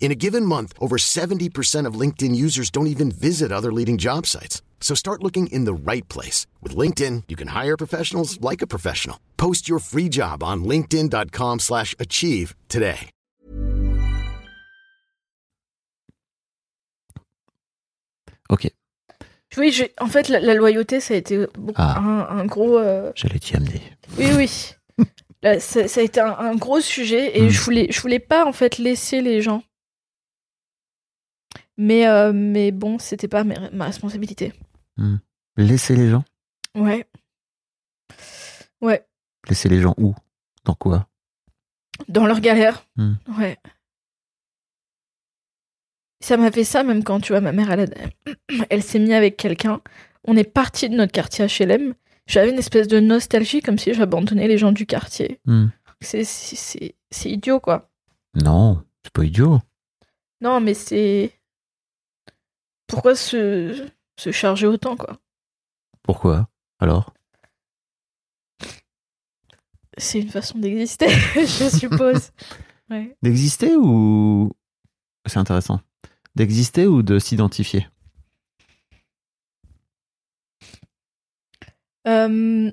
E: In a given month, over 70% of LinkedIn users don't even visit other leading job sites. So start looking in the right place. With LinkedIn, you can hire professionals like a professional. Post your free job on linkedin.com/achieve slash achieve today.
A: Oui, j'ai- en fait, la, la loyauté, ça a été beaucoup-
B: Ah.
A: un, un gros. euh,
B: j'allais t'y amener
A: Oui, oui. Là, ça, ça a été un, un gros sujet et
B: Mm.
A: je voulais, je voulais pas en fait laisser les gens. Mais, euh, mais bon, c'était pas mes- ma responsabilité.
B: Laisser les gens
A: Ouais.
B: Laisser les gens où Dans quoi
A: Dans leur galère.
B: Mm.
A: Ouais. Ça m'a fait ça même quand tu vois ma mère, elle, a- elle s'est mise avec quelqu'un on est parti de notre quartier HLM. J'avais une espèce de nostalgie comme si j'abandonnais les gens du quartier.
B: Hmm.
A: C'est- C'est c'est- c'est idiot, quoi.
B: Non, c'est pas idiot.
A: Non, mais c'est. Pourquoi se, se charger autant, quoi
B: Pourquoi Alors
A: C'est une façon d'exister, je suppose. Ouais.
B: D'exister ou. C'est intéressant. D'exister ou de s'identifier
A: Euh,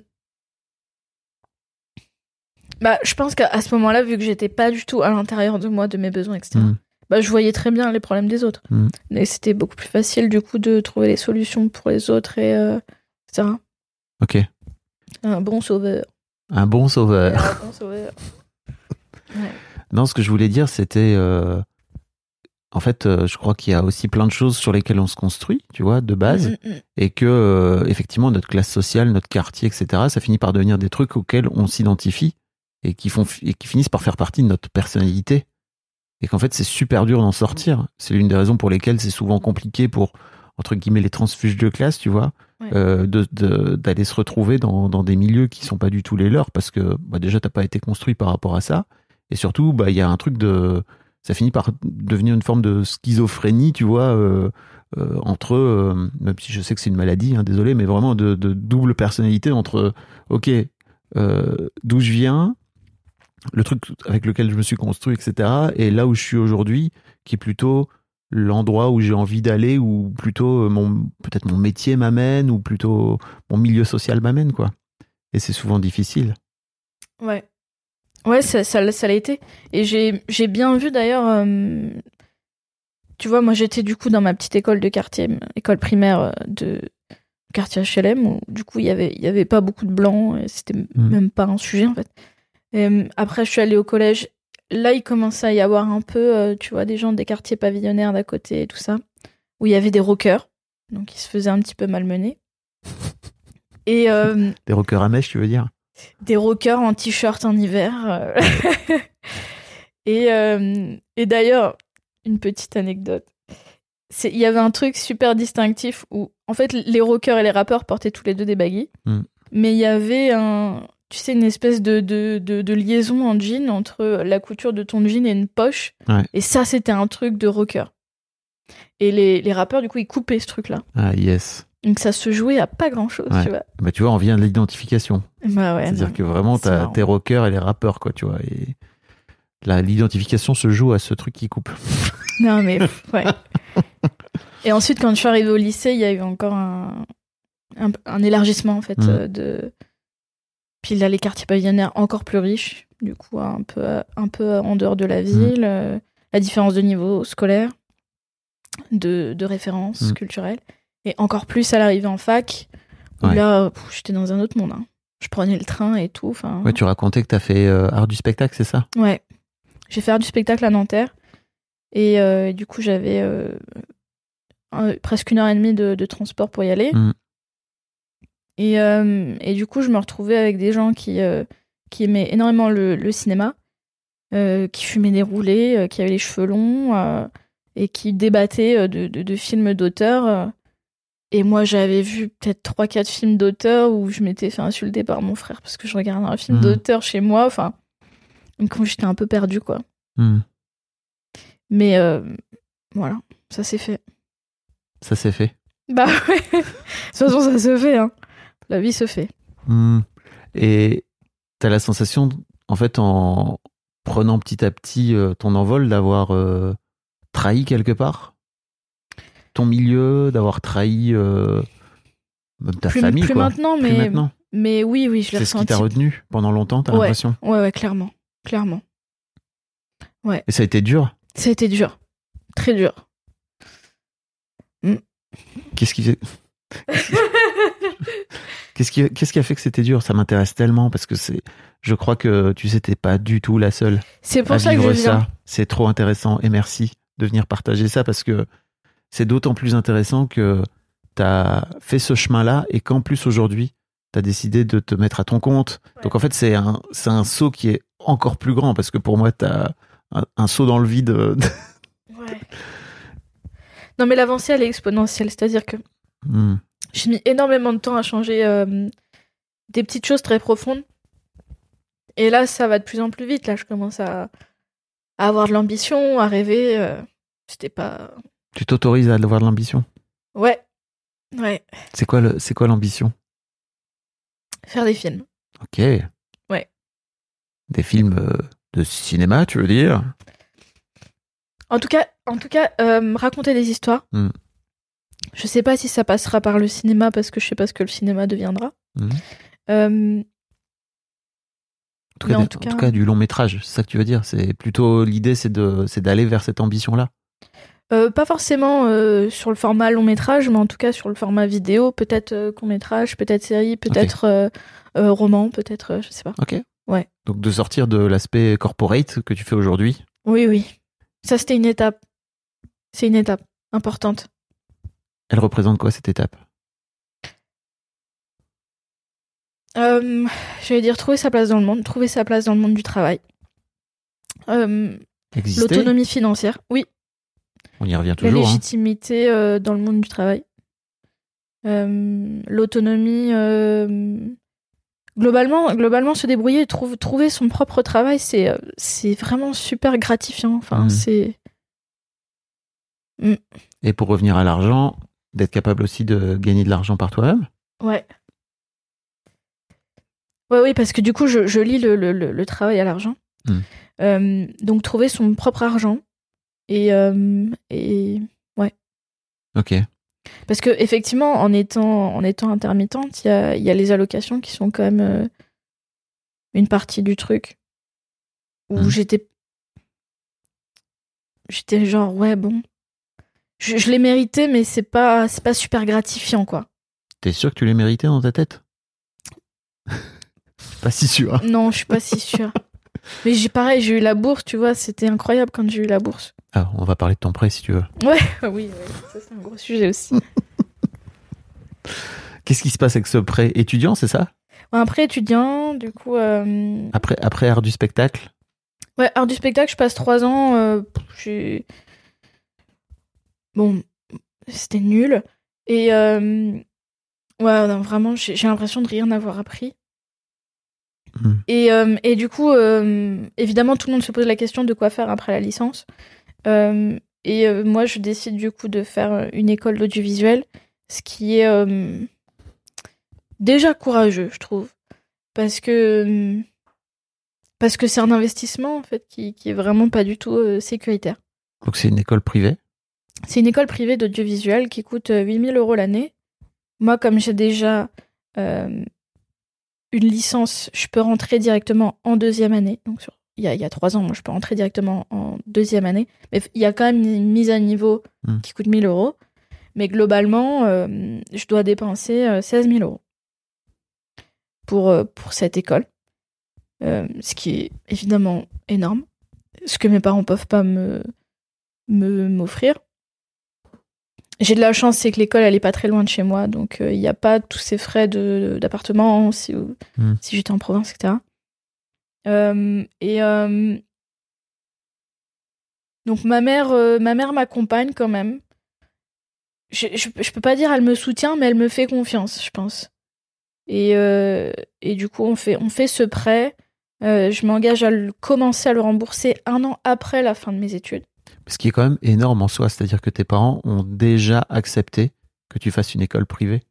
A: Bah, je pense qu'à à ce moment-là, vu que j'étais pas du tout à l'intérieur de moi, de mes besoins, etc.,
B: Mm.
A: bah, je voyais très bien les problèmes des autres.
B: Mm.
A: Et c'était beaucoup plus facile, du coup, de trouver les solutions pour les autres, et, euh, etc.
B: Ok.
A: Un bon sauveur.
B: Un bon sauveur.
A: Un bon sauveur.
B: Non, ce que je voulais dire, c'était. euh, En fait, euh, je crois qu'il y a aussi plein de choses sur lesquelles on se construit, tu vois, de base,
A: Mm, mm, mm.
B: et que, euh, effectivement, notre classe sociale, notre quartier, etc., ça finit par devenir des trucs auxquels on s'identifie et qui, font, et qui finissent par faire partie de notre personnalité. Et qu'en fait, c'est super dur d'en sortir. C'est l'une des raisons pour lesquelles c'est souvent compliqué pour, entre guillemets, les transfuges de classe, tu vois,
A: Ouais.
B: euh, de- de- d'aller se retrouver dans, dans des milieux qui sont pas du tout les leurs, parce que bah, déjà, t'as pas été construit par rapport à ça. Et surtout, bah, il y a un truc de. Ça finit par devenir une forme de schizophrénie, tu vois, euh, euh, entre, euh, même si je sais que c'est une maladie, hein, désolé, mais vraiment de, de double personnalité entre, euh, ok, euh, d'où je viens, le truc avec lequel je me suis construit, etc., et là où je suis aujourd'hui, qui est plutôt l'endroit où j'ai envie d'aller, ou plutôt euh, mon peut-être mon métier m'amène, ou plutôt mon milieu social m'amène, quoi. Et c'est souvent difficile.
A: Ouais. Ouais, ça, ça, l'a- ça l'a été. Et j'ai j'ai bien vu d'ailleurs. euh, tu vois, moi j'étais du coup dans ma petite école de quartier, m- école primaire euh, de quartier HLM, où du coup il y avait- il y avait pas beaucoup de blancs, et c'était m-
B: Mhm.
A: même pas un sujet en fait. Et, euh, après, je suis allée au collège. Là, il commençait à y avoir un peu, euh, tu vois, des gens des quartiers pavillonnaires d'à côté et tout ça, où il y avait des rockers, donc ils se faisaient un petit peu malmener. Et. euh,
B: Des rockers à mèche, tu veux dire
A: des rockers en t-shirt en hiver. euh. et euh, et d'ailleurs, une petite anecdote. C'est- Il y avait un truc super distinctif où, en fait, les rockers et les rappeurs portaient tous les deux des baggies.
B: Mm.
A: Mais il y avait un, tu sais, une espèce de, de, de, de liaison en jean entre la couture de ton jean et une poche.
B: Ouais.
A: Et ça, c'était un truc de rocker. Et les, les rappeurs, du coup, ils coupaient ce truc-là.
B: Ah, yes.
A: Donc ça se jouait à pas grand-chose,
B: Ouais.
A: tu vois.
B: Bah, tu vois, on vient de l'identification.
A: Bah ouais, non.
B: C'est-à-dire que vraiment,
A: c'est
B: t'as
A: marrant.
B: tes rockers et les rappeurs, quoi, tu vois. Et là, l'identification se joue à ce truc qui coupe.
A: Non, mais pff, ouais. Et ensuite, quand je suis arrivée au lycée, il y a eu encore un, un, un élargissement, en fait,
B: Mhm.
A: euh, de. Puis là, les quartiers pavillonnaires encore plus riches, du coup, un peu, à- un peu en dehors de
B: Mm.
A: la ville, euh, la différence de niveau scolaire, de, de référence
B: Mhm.
A: culturelle, et encore plus à l'arrivée en fac, où
B: Ouais.
A: là, pff, j'étais dans un autre monde. hein. Je prenais le train et tout. enfin
B: Ouais, tu racontais que t'as fait euh, art du spectacle, c'est ça
A: Ouais. J'ai fait art du spectacle à Nanterre. Et euh, du coup, j'avais euh, un- presque une heure et demie de, de transport pour y aller.
B: Mm.
A: Et, euh, et du coup, je me retrouvais avec des gens qui, euh, qui aimaient énormément le, le cinéma, euh, qui fumaient des roulés, euh, qui avaient les cheveux longs euh, et qui débattaient euh, de, de- de films d'auteur. euh. Et moi, j'avais vu peut-être 3-4 films d'auteur où je m'étais fait insulter par mon frère parce que je regardais un film
B: Mm.
A: d'auteur chez moi. Enfin, donc j'étais un peu perdue, quoi.
B: Hmm.
A: Mais euh, voilà, ça s'est fait.
B: Ça, c'est fait.
A: Bah ouais, de toute façon, ça se fait. Hein. La vie se fait.
B: Hmm. Et t'as la sensation, en fait, en prenant petit à petit euh, ton envol, d'avoir euh, trahi quelque part ton milieu, d'avoir trahi euh, même ta
A: plus
B: famille,
A: plus
B: quoi.
A: maintenant, mais,
B: Plus maintenant.
A: mais oui, oui, je l'ai
B: C'est ce qui
A: ressenti.
B: t'a retenu pendant longtemps, t'as
A: Ouais.
B: l'impression.
A: Ouais, ouais, clairement. Clairement.
B: Et ça a été dur.
A: Ça a été dur. Très dur.
B: Qu'est-ce qui fait- Qu'est-ce qui, qu'est-ce qui a fait que c'était dur Ça m'intéresse tellement parce que c'est, je crois que tu sais, t'es pas du tout la seule
A: C'est pour
B: à
A: ça que je
B: vivre
A: viens.
B: ça. C'est trop intéressant et merci de venir partager ça parce que c'est d'autant plus intéressant que t'as fait ce chemin-là et qu'en plus aujourd'hui, t'as décidé de te mettre à ton compte. Donc en fait, c'est un, c'est un saut qui est encore plus grand parce que pour moi, t'as un, un saut dans le vide. euh,
A: Ouais. Non, mais l'avancée, elle est exponentielle. C'est-à-dire que
B: Hmm.
A: J'ai mis énormément de temps à changer euh, des petites choses très profondes. Et là, ça va de plus en plus vite. Là, je commence à, à avoir de l'ambition, à rêver. euh, C'était pas.
B: Tu t'autorises à avoir de l'ambition.
A: Ouais. Ouais.
B: C'est quoi le- c'est quoi l'ambition
A: Faire des films.
B: Ok. Ouais. Des films euh, de cinéma, tu veux dire
A: En tout cas, en tout cas euh, raconter des histoires.
B: Mm.
A: Je sais pas si ça passera par le cinéma parce que je sais pas ce que le cinéma deviendra.
B: Mm.
A: Euh,
B: En tout, cas,
A: Mais en
B: des-
A: tout
B: en tout
A: cas-
B: cas, du long métrage, c'est ça que tu veux dire. C'est plutôt l'idée, c'est de, c'est d'aller vers cette ambition-là.
A: euh, pas forcément euh, sur le format long métrage, mais en tout cas sur le format vidéo, peut-être euh, court métrage, peut-être série, peut-être euh, euh, roman, peut-être euh, je sais pas.
B: Ok.
A: Ouais.
B: Donc de sortir de l'aspect corporate que tu fais aujourd'hui.
A: Oui, oui. Ça c'était une étape. C'est une étape importante.
B: Elle représente quoi cette étape
A: Euh, J'allais dire trouver sa place dans le monde, trouver sa place dans le monde du travail. Euh,
B: Exister.
A: L'autonomie financière, oui.
B: On y revient
A: La
B: toujours. hein.
A: légitimité euh, dans le monde du travail. Euh, L'autonomie. euh, globalement, globalement, se débrouiller, et trouv- trouver son propre travail, c'est euh, c'est vraiment super gratifiant. Enfin,
B: Mhm.
A: c'est.
B: Et pour revenir à l'argent, d'être capable aussi de gagner de l'argent par toi-même.
A: Ouais. Ouais, oui, parce que du coup, je, je lis le, le- le- le travail à l'argent.
B: Mhm.
A: Euh, donc, trouver son propre argent. Et, euh, et
B: Ok.
A: Parce que effectivement, en étant, en étant intermittente, il y a, il y a les allocations qui sont quand même euh, une partie du truc. Où
B: Mhm.
A: j'étais. J'étais genre, ouais, bon. Je, je l'ai mérité, mais c'est pas, c'est pas super gratifiant, quoi.
B: T'es sûr que tu l'as mérité dans ta tête Pas si sûr. hein.
A: Non, je suis pas si sûre. Mais j'ai pareil, j'ai eu la bourse, tu vois, c'était incroyable quand j'ai eu la bourse.
B: Ah, on va parler de ton prêt si tu veux.
A: Ah oui, oui, ça c'est un gros sujet aussi.
B: Qu'est-ce qui se passe avec ce prêt étudiant, c'est ça
A: Ouais, un prêt étudiant, hein, du coup, euh,
B: Après, après art du spectacle.
A: Ouais, art du spectacle, je passe trois ans. euh, j'ai- Bon, c'était nul. Et euh, ouais, non, vraiment, j'ai j'ai l'impression de rien avoir appris.
B: Hmm.
A: Et, euh, et du coup, euh, évidemment, tout le monde se pose la question de quoi faire après la licence. Euh, et euh, moi, je décide du coup de faire une école d'audiovisuel, ce qui est euh, déjà courageux, je trouve. Parce que. euh, parce que c'est un investissement en fait qui, qui est vraiment pas du tout euh, sécuritaire.
B: Donc c'est une école privée.
A: C'est une école privée d'audiovisuel qui coûte 8000 euros l'année. Moi, comme j'ai déjà euh, une licence, je peux rentrer directement en deuxième année. Donc, sur- il y a, il y a trois ans, moi, je peux rentrer directement en deuxième année. Mais f- il y a quand même une mise à niveau
B: Hmm.
A: qui coûte 1000 euros. Mais globalement, euh, je dois dépenser euh, 16 000 euros pour, euh, pour cette école. Euh, ce qui est évidemment énorme. Ce que mes parents peuvent pas me, me m'offrir. J'ai de la chance, c'est que l'école elle est pas très loin de chez moi, donc il n'y a pas tous ces frais de, d'appartement hein, si, ou-
B: Mm.
A: si j'étais en province, etc. Euh, et euh, donc ma mère, euh, ma mère m'accompagne quand même. Je, je, je peux pas dire elle me soutient, mais elle me fait confiance, je pense. Et, euh, et du coup on fait on fait ce prêt. Euh, je m'engage à le, commencer à le rembourser un an après la fin de mes études.
B: Ce qui est quand même énorme en soi, c'est-à-dire que tes parents ont déjà accepté que tu fasses une école privée.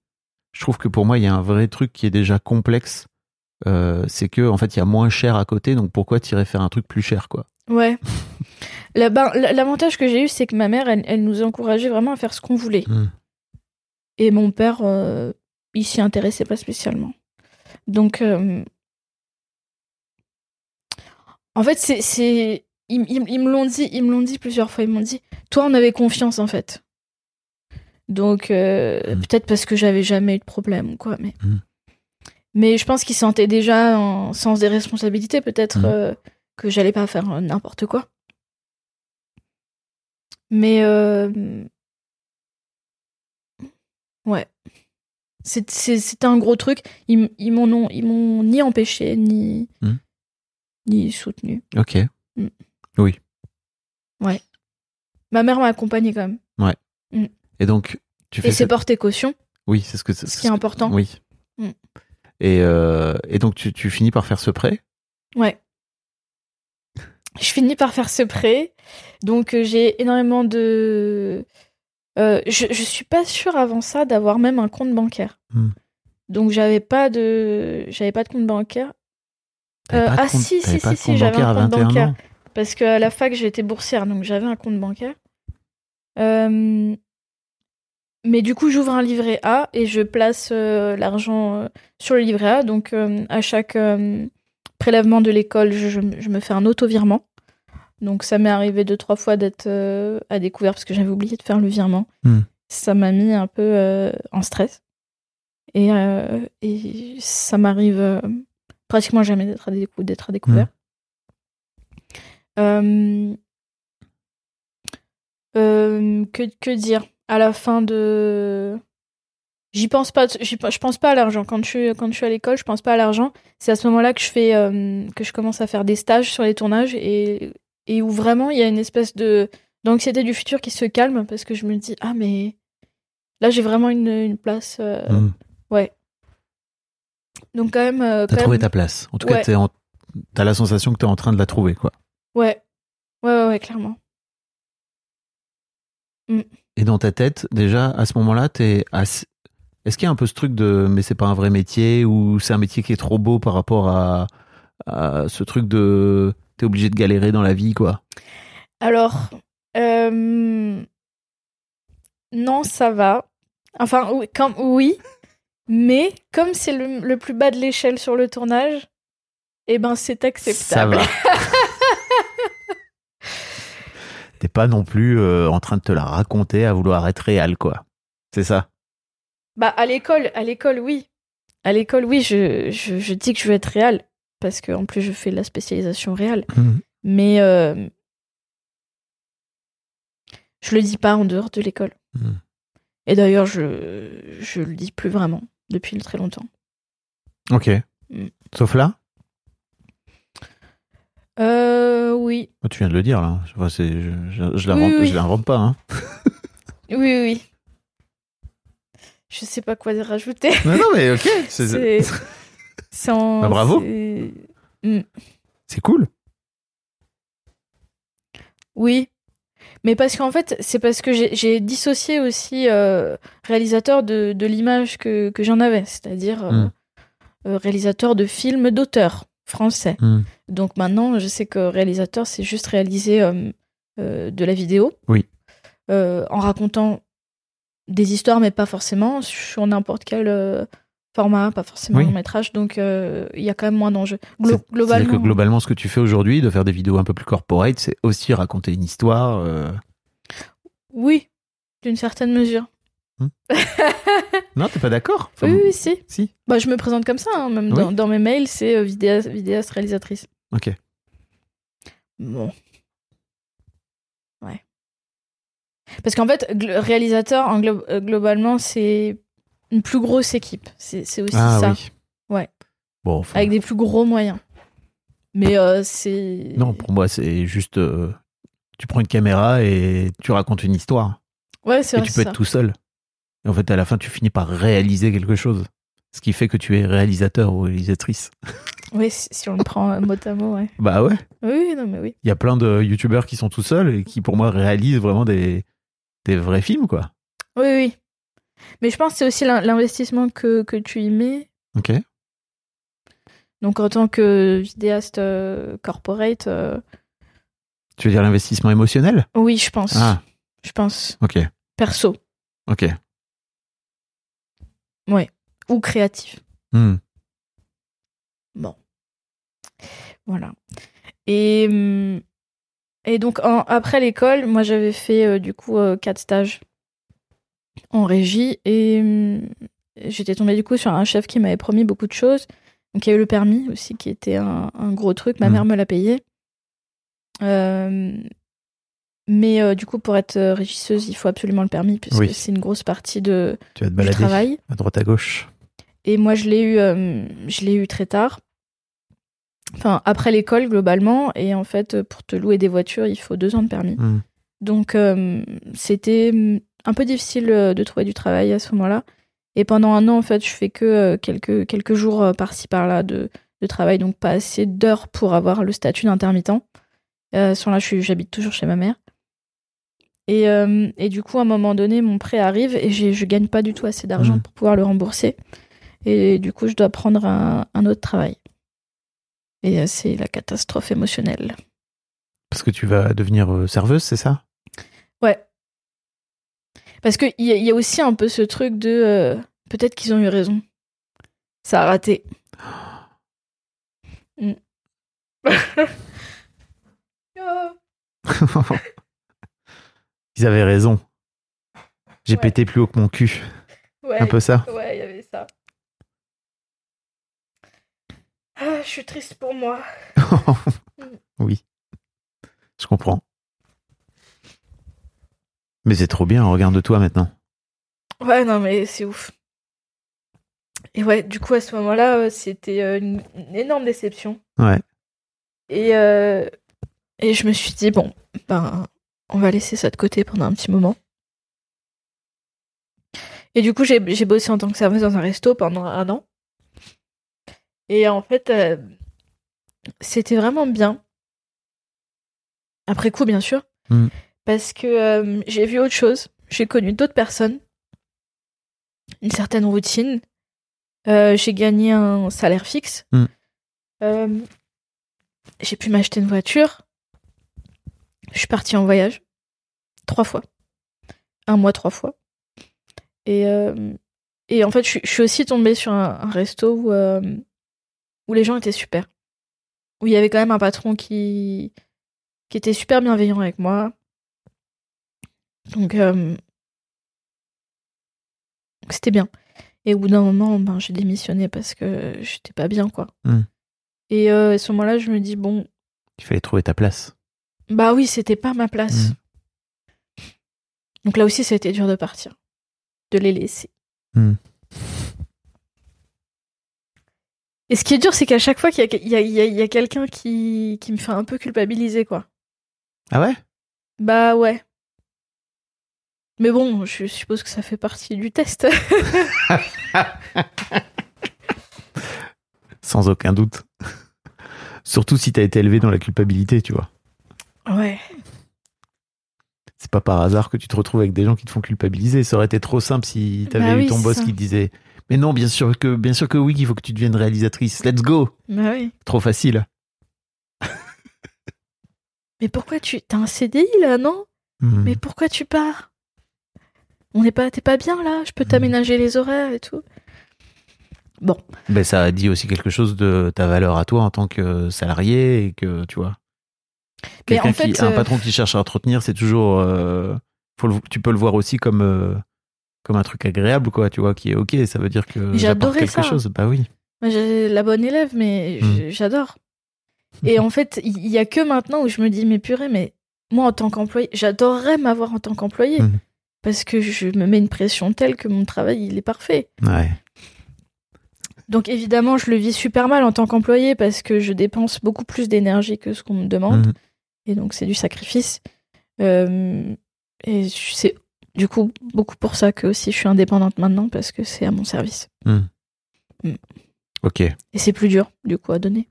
B: Je trouve que pour moi, il y a un vrai truc qui est déjà complexe. Euh, c'est que en fait, il y a moins cher à côté, donc pourquoi t'irais faire un truc plus cher, quoi
A: Ouais. Là, ben, l- L'avantage que j'ai eu, c'est que ma mère, elle, elle nous encourageait vraiment à faire ce qu'on voulait.
B: Hmm.
A: Et mon père, euh, il s'y intéressait pas spécialement. Donc, euh, en fait, c'est- c'est. Ils, ils- ils me l'ont dit, ils me l'ont dit plusieurs fois. Ils m'ont dit, toi, on avait confiance, en fait. Donc, euh,
B: Mm.
A: peut-être parce que j'avais jamais eu de problème ou quoi, mais.
B: Mm.
A: Mais je pense qu'ils sentaient déjà un sens des responsabilités, peut-être
B: Mm.
A: euh, que j'allais pas faire euh, n'importe quoi. Mais. euh, Ouais. C'est- c'est- C'était un gros truc. Ils, m- ils m'en ont, ils m'ont ni empêché, ni,
B: Mhm.
A: ni soutenu.
B: Ok.
A: Ma mère m'a accompagnée quand même.
B: Et donc, tu fais
A: Et c'est
B: cette-
A: porté caution.
B: Oui, c'est ce que.
A: ce qui est important.
B: Oui.
A: Mm.
B: Et, euh, et donc tu, tu finis par faire ce prêt.
A: Ouais. Je finis par faire ce prêt. Donc euh, j'ai énormément de... Euh, je, je suis pas sûre avant ça d'avoir même un compte bancaire.
B: Hmm.
A: Donc j'avais pas de j'avais pas de compte bancaire
B: T'avais
A: Euh,
B: pas de
A: ah,
B: compte-
A: si, si,
B: t'avais
A: si,
B: pas de
A: si,
B: compte
A: j'avais un
B: bancaire à
A: compte
B: 21
A: bancaire.
B: ans.
A: parce que à la fac j'étais boursière donc j'avais un compte bancaire. Euh, Mais du coup j'ouvre un livret A et je place euh, l'argent euh, sur le livret A. Donc euh, à chaque euh, prélèvement de l'école, je, je- je me fais un auto-virement. Donc ça m'est arrivé deux, trois fois d'être euh, à découvert parce que j'avais oublié de faire le virement.
B: Hmm.
A: Ça m'a mis un peu euh, en stress. Et, euh, et ça m'arrive euh, pratiquement jamais d'être à, décou- d'être à découvert. Euh, euh, que, que dire À la fin de... J'y pense pas, j'y pe- je pense pas à l'argent. Quand je, suis- quand je suis à l'école, je pense pas à l'argent. C'est à ce moment-là que je fais, euh, que je commence à faire des stages sur les tournages et, et où vraiment il y a une espèce de d'anxiété du futur qui se calme parce que je me dis ah mais là j'ai vraiment une, une place. euh,
B: Mm.
A: Donc quand même. euh,
B: T'as
A: quand
B: trouvé
A: même-
B: ta place. En tout
A: Ouais.
B: cas, t'es en- t'as la sensation que t'es en train de la trouver, quoi.
A: Ouais. Ouais, ouais, ouais, clairement.
B: Et dans ta tête, déjà, à ce moment-là, t'es assez... Est-ce qu'il y a un peu ce truc de mais c'est pas un vrai métier ou c'est un métier qui est trop beau par rapport à, à ce truc de t'es obligé de galérer dans la vie quoi
A: Alors, euh, non, ça va. Enfin, oui, comme, oui mais comme c'est le, le plus bas de l'échelle sur le tournage, eh ben c'est
B: ça
A: acceptable.
B: va t'es pas non plus euh, en train de te la raconter à vouloir être réel quoi c'est ça
A: Bah à l'école, à l'école, oui. À l'école, oui, je, je, je dis que je veux être réal parce que en plus je fais de la spécialisation réal.
B: Mhm.
A: Mais euh, je le dis pas en dehors de l'école.
B: Mhm.
A: Et d'ailleurs, je je le dis plus vraiment depuis très longtemps.
B: ok
A: Mm.
B: sauf là
A: Euh, oui,
B: Oh, tu viens de le dire là Enfin, c'est- je, je- je l'invente-
A: Oui, oui.
B: je l'invente pas hein.
A: oui, oui, oui. Je sais pas quoi rajouter.
B: non non mais ok c'est-
A: C'est c'est en-
B: Bah, bravo.
A: c'est-
B: c'est cool
A: Oui. Mais parce qu'en fait, c'est parce que j'ai- j'ai dissocié aussi euh, réalisateur de, de l'image que, que j'en avais, c'est-à-dire euh,
B: Mm.
A: euh, réalisateur de films d'auteur français.
B: Mm.
A: Donc maintenant, je sais que réalisateur, c'est juste réaliser euh, euh, de la vidéo.
B: Oui.
A: Euh, en racontant des histoires, mais pas forcément sur n'importe quel euh, format, pas forcément
B: Oui.
A: long métrage. Donc euh, il y a quand même moins d'enjeux. Glo-
B: C'est- C'est-à-dire que
A: globalement.
B: globalement, ce que tu fais aujourd'hui, de faire des vidéos un peu plus corporate, c'est aussi raconter une histoire. euh.
A: Oui, d'une certaine mesure.
B: Non, t'es pas d'accord Enfin,
A: Oui, oui, si.
B: Si.
A: Bah, je me présente comme ça, hein, même dans, dans mes mails, c'est euh, vidéaste, vidéaste, réalisatrice.
B: Ok.
A: Bon. Ouais. Parce qu'en fait, gl- réalisateur, en glo- euh, globalement, c'est une plus grosse équipe. C'est c'est aussi
B: Ah
A: ça.
B: oui.
A: Ouais.
B: Bon, enfin,
A: Avec des plus gros moyens. Mais euh, c'est.
B: non, pour moi, c'est juste. euh, tu prends une caméra et tu racontes une histoire.
A: Ouais, c'est
B: Et
A: vrai,
B: tu
A: c'est
B: peux
A: ça.
B: être tout seul. Et en fait, à la fin, tu finis par réaliser quelque chose. Ce qui fait que tu es réalisateur ou réalisatrice.
A: Ouais, si, si on le prend euh, mot à mot, ouais.
B: Bah ouais.
A: Oui, non, mais oui.
B: Il y a plein de youtubeurs qui sont tout seuls et qui, pour moi, réalisent vraiment des, des vrais films, quoi.
A: Oui, oui. Mais je pense que c'est aussi l'in- l'investissement que, que tu y mets.
B: Ok.
A: Donc en tant que vidéaste euh, corporate, euh,
B: Tu veux dire l'investissement émotionnel
A: oui, je pense.
B: Ah,
A: Je pense.
B: ok.
A: Perso
B: Ok.
A: ou créatif.
B: Hmm.
A: Voilà. Et, hum, et donc en- après l'école, moi j'avais fait euh, du coup euh, quatre stages en régie et hum, j'étais tombée du coup sur un chef qui m'avait promis beaucoup de choses. Donc il y a eu le permis aussi qui était un, un gros truc. Ma
B: Mhm.
A: mère me l'a payé. Euh, mais euh, du coup pour être euh, régisseuse, il faut absolument le permis puisque
B: Oui. Bah,
A: c'est une grosse partie de,
B: Tu vas te
A: du
B: balader
A: travail.
B: à droite à gauche.
A: Et moi, je l'ai eu, euh, je l'ai eu très tard. Enfin, après l'école, globalement. Et en fait, pour te louer des voitures, il faut deux ans de permis.
B: Hmm.
A: mm, Donc, euh, c'était hum, un peu difficile euh, de trouver du travail à ce moment-là. Et pendant un an, en fait, je fais que euh, quelques, quelques jours euh, par-ci par-là de, de travail, donc pas assez d'heures pour avoir le statut d'intermittent. Euh, sur là, je suis- j'habite toujours chez ma mère. Et, euh, et du coup, à un moment donné, mon prêt arrive et j'ai- je gagne pas du tout assez d'argent
D: Mhm.
A: pour pouvoir le rembourser. Et du coup, je dois prendre un, un autre travail. Et euh, c'est la catastrophe émotionnelle.
B: Parce que tu vas devenir euh, serveuse, c'est ça
A: Parce qu'il y, a- il y a aussi un peu ce truc de euh, peut-être qu'ils ont eu raison. Ça a raté. Mm. Oh.
B: Ils avaient raison. J'ai
A: Ouais.
B: pété plus haut que mon cul.
A: Ouais,
B: Un peu ça.
A: Ouais, il y avait ça. Ah, je suis triste pour moi. Hmm.
B: oui. Je comprends. Mais c'est trop bien, regarde-toi maintenant.
A: Ouais, non, mais c'est ouf. Et ouais, du coup, à ce moment-là, euh, c'était euh, une, une énorme déception.
B: Ouais.
A: Et, euh, et je me suis dit, bon, ben, on va laisser ça de côté pendant un petit moment. Et du coup, j'ai j'ai bossé en tant que serveuse dans un resto pendant un an. Et en fait, euh, c'était vraiment bien. Après coup, bien sûr.
B: Mm.
A: Parce que euh, j'ai vu autre chose. J'ai connu d'autres personnes. Une certaine routine. Euh, j'ai gagné un salaire fixe.
B: Mm.
A: Euh, j'ai pu m'acheter une voiture. Je suis partie en voyage. Trois fois. Un mois, trois fois. Et, euh, et en fait, je, suis- je suis aussi tombée sur un, un resto où, euh, où les gens étaient super. Où il y avait quand même un patron qui, qui était super bienveillant avec moi. Donc, euh, c'était bien. Et au bout d'un moment, ben, j'ai démissionné parce que j'étais pas bien, quoi.
B: Hmm.
A: Et euh, à ce moment-là, je me dis, bon,
B: Il fallait trouver ta place.
A: bah oui, c'était pas ma place.
B: Mm.
A: Donc là aussi, ça a été dur de partir, de les laisser.
B: Mm.
A: Et ce qui est dur, c'est qu'à chaque fois qu'il y a, il y a- il y a- il y a quelqu'un qui, qui me fait un peu culpabiliser, quoi.
B: Ah ouais
A: Bah ouais. Mais bon, je suppose que ça fait partie du test.
B: Sans aucun doute. Surtout si t'as été élevé dans la culpabilité, tu vois.
A: ouais.
B: C'est pas par hasard que tu te retrouves avec des gens qui te font culpabiliser. Ça aurait été trop simple si t'avais
A: Bah
B: eu
A: oui,
B: ton
A: c'est
B: boss
A: ça.
B: qui te disait Mais non, bien sûr que, bien sûr que oui, qu'il faut que tu deviennes réalisatrice. Let's go
A: Bah oui.
B: Trop facile.
A: Mais pourquoi tu. T'as un CDI là, non
B: Hmm.
A: Mais pourquoi tu pars On n'est pas. T'es pas bien là
B: Mm.
A: Je peux t'aménager les horaires et tout.
B: Ben, ça dit aussi quelque chose de ta valeur à toi en tant que salarié et que, tu vois.
A: Mais en
B: Quelqu'un qui-
A: fait,
B: un
A: euh,
B: patron qui cherche à entretenir, c'est toujours. euh, faut le- tu peux le voir aussi comme, euh, comme un truc agréable, quoi, tu vois, qui est OK. Ça veut dire que
A: Mais
B: j'apporte
A: j'adorais
B: quelque
A: ça.
B: chose. Bah oui.
A: Moi, j'ai la bonne élève, mais
B: Mm.
A: j- j'adore. Et en fait, il il y a que maintenant où je me dis, mais purée, mais moi en tant qu'employé, j'adorerais m'avoir en tant qu'employé
B: Mm.
A: parce que je me mets une pression telle que mon travail il est parfait.
B: Ouais.
A: Donc évidemment, je le vis super mal en tant qu'employé parce que je dépense beaucoup plus d'énergie que ce qu'on me demande
B: Mhm.
A: et donc c'est du sacrifice. Euh, et je- c'est du coup beaucoup pour ça que aussi je suis indépendante maintenant parce que c'est à mon service
B: OK. Et
A: et c'est plus dur du coup à donner.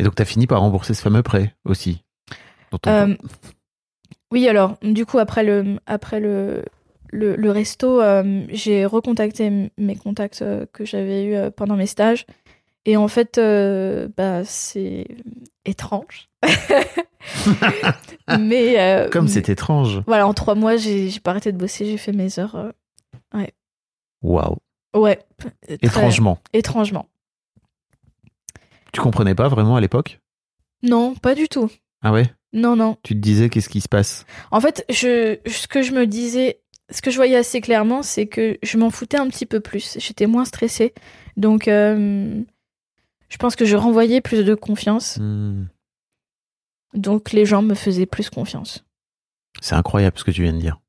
B: donc, t'as fini par rembourser ce fameux prêt aussi. dont on
A: Euh, oui, alors, du coup, après le, après le, le, le resto, euh, j'ai recontacté m- mes contacts euh, que j'avais eus euh, pendant mes stages. Et en fait, euh, bah, c'est étrange. mais. euh,
B: Comme
A: mais-
B: c'est étrange.
A: Voilà, en trois mois, j'ai j'ai pas arrêté de bosser, j'ai fait mes heures. euh,
B: Waouh.
A: Ouais. très-
B: Étrangement.
A: Étrangement.
B: Tu comprenais pas vraiment à l'époque
A: Non, pas du tout.
B: Ah ouais
A: Non, non.
B: Tu te disais qu'est-ce qui se passe
A: En fait, je, ce que je me disais, ce que je voyais assez clairement, c'est que je m'en foutais un petit peu plus. J'étais moins stressée. Donc, euh, je pense que je renvoyais plus de confiance.
B: Hmm.
A: Donc, les gens me faisaient plus confiance.
B: C'est incroyable ce que tu viens de dire.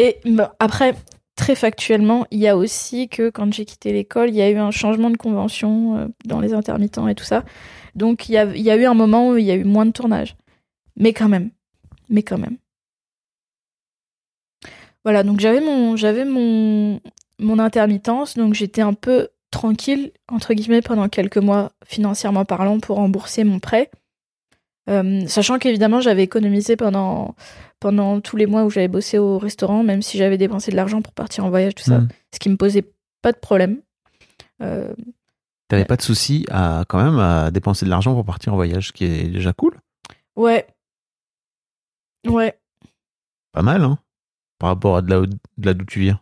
A: Et bah, après, très factuellement, il y a aussi que quand j'ai quitté l'école, il y a eu un changement de convention euh, dans les intermittents et tout ça. Donc, il y a, il y a eu un moment où il y a eu moins de tournage. Mais quand même. Mais quand même. Voilà, donc j'avais mon, j'avais mon, mon intermittence, donc j'étais un peu tranquille, entre guillemets, pendant quelques mois financièrement parlant pour rembourser mon prêt. Euh, sachant qu'évidemment, j'avais économisé pendant, pendant tous les mois où j'avais bossé au restaurant, même si j'avais dépensé de l'argent pour partir en voyage, tout ça,
B: Mhm.
A: ce qui me posait pas de problème. Euh,
B: T'avais pas de souci à quand même à dépenser de l'argent pour partir en voyage, ce qui est déjà cool.
A: ouais. Ouais.
B: Pas mal, hein, par rapport à de là, où- de là d'où tu viens.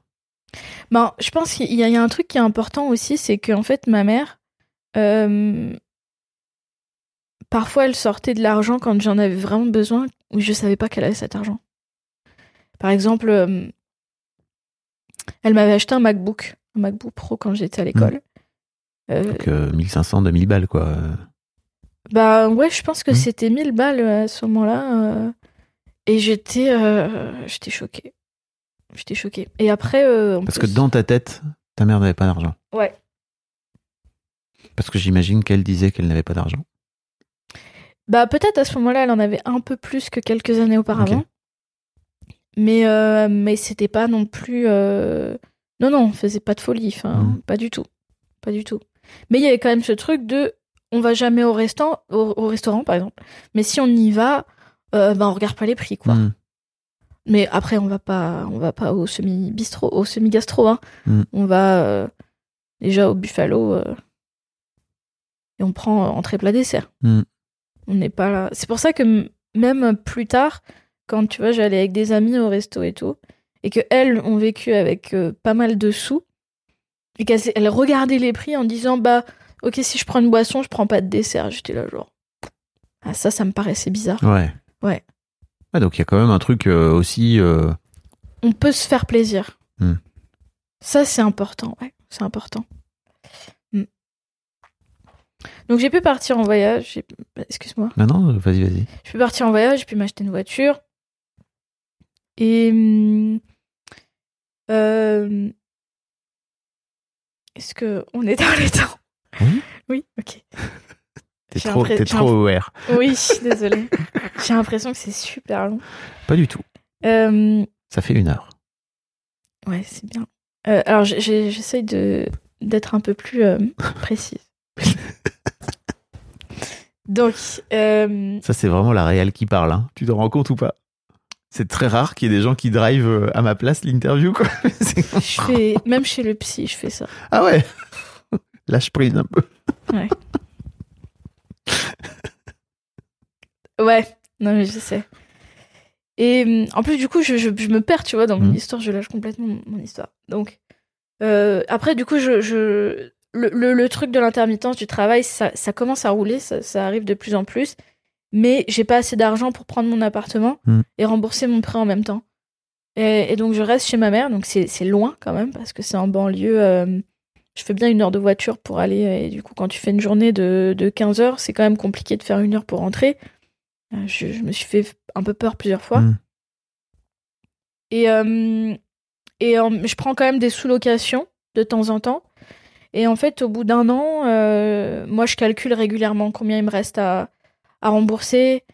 A: Ben, je pense qu'il y, a- il y a un truc qui est important aussi, c'est qu'en fait, ma mère, euh, parfois, elle sortait de l'argent quand j'en avais vraiment besoin, ou je savais pas qu'elle avait cet argent. Par exemple, euh, elle m'avait acheté un MacBook, un MacBook Pro quand j'étais à l'école. Euh,
B: Donc euh, 1500, 2000 balles, quoi. Euh,
A: bah ouais, je pense que
B: Mhm.
A: c'était 1000 balles à ce moment-là. euh, et j'étais euh, j'étais choquée. J'étais choquée. Et après... euh, en
B: Parce que
A: plus-
B: dans ta tête, ta mère n'avait pas d'argent.
A: Ouais.
B: Parce que j'imagine qu'elle disait qu'elle n'avait pas d'argent.
A: Bah peut-être à ce moment-là, elle en avait un peu plus que quelques années auparavant.
B: Ok.
A: Mais euh, mais c'était pas non plus euh, non non, on faisait pas de folie, enfin,
B: Mhm.
A: pas du tout. Pas du tout. Mais il y avait quand même ce truc de on va jamais au restant au, au restaurant par exemple. Mais si on y va, euh, bah, on regarde pas les prix quoi.
B: Hmm.
A: Mais après on va pas on va pas au semi bistrot, au semi gastro hein.
B: Mhm.
A: On va euh, déjà au Buffalo euh, et on prend euh, entrée plat dessert.
B: Mhm.
A: On n'est pas là. C'est pour ça que m- même plus tard, quand tu vois, j'allais avec des amis au resto et tout, et que elles ont vécu avec euh, pas mal de sous, et qu'elles elles regardaient les prix en disant bah ok si je prends une boisson, je prends pas de dessert. J'étais là genre ah ça ça me paraissait bizarre.
B: Ouais.
A: Ouais.
B: Ah, donc il y a quand même un truc euh, aussi. euh,
A: On peut se faire plaisir.
B: Mhm.
A: Ça c'est important ouais c'est important. Mhm. Donc j'ai pu partir en voyage. j'ai- bah, Excuse-moi.
B: Non, non, vas-y, vas-y.
A: je peux partir en voyage, je peux m'acheter une voiture. Et. hum, euh, Est-ce que on est dans les temps
B: Oui.
A: Oui, ok.
B: T'es
A: J'ai
B: trop,
A: l'impres-
B: t'es
A: j'ai
B: trop aware.
A: Oui, désolée. J'ai l'impression que c'est super long.
B: Pas du tout.
A: Euh,
B: Ça fait une heure.
A: ouais, c'est bien. Euh, alors, j'ai- j'ai- j'essaye de d'être un peu plus euh, précise. Donc, euh,
B: Ça, c'est vraiment la réelle qui parle. hein. Tu t'en rends compte ou pas C'est très rare qu'il y ait des gens qui drivent euh, à ma place l'interview. quoi. C'est-
A: je fais même chez le psy, je fais ça.
B: ah ouais Lâche prise un peu.
A: Ouais, non mais je sais. Et hum, en plus du coup, je, je, je me perds, tu vois, dans mon
B: Mhm.
A: histoire, je lâche complètement mon, mon histoire. Donc euh, après, du coup, je, je- le, le- le truc de l'intermittence du travail, ça, ça commence à rouler, ça, ça arrive de plus en plus, mais j'ai pas assez d'argent pour prendre mon appartement
B: Mhm.
A: et rembourser mon prêt en même temps. Et, et donc je reste chez ma mère, donc c'est c'est loin quand même parce que c'est en banlieue. euh, je fais bien une heure de voiture pour aller, et du coup, quand tu fais une journée de, de 15 heures, c'est quand même compliqué de faire une heure pour rentrer. Euh, Je, je me suis fait un peu peur plusieurs fois.
B: Mm.
A: Et, euh, et euh, je prends quand même des sous-locations de temps en temps. Et en fait, au bout d'un an, euh, moi, je calcule régulièrement combien il me reste à, à rembourser.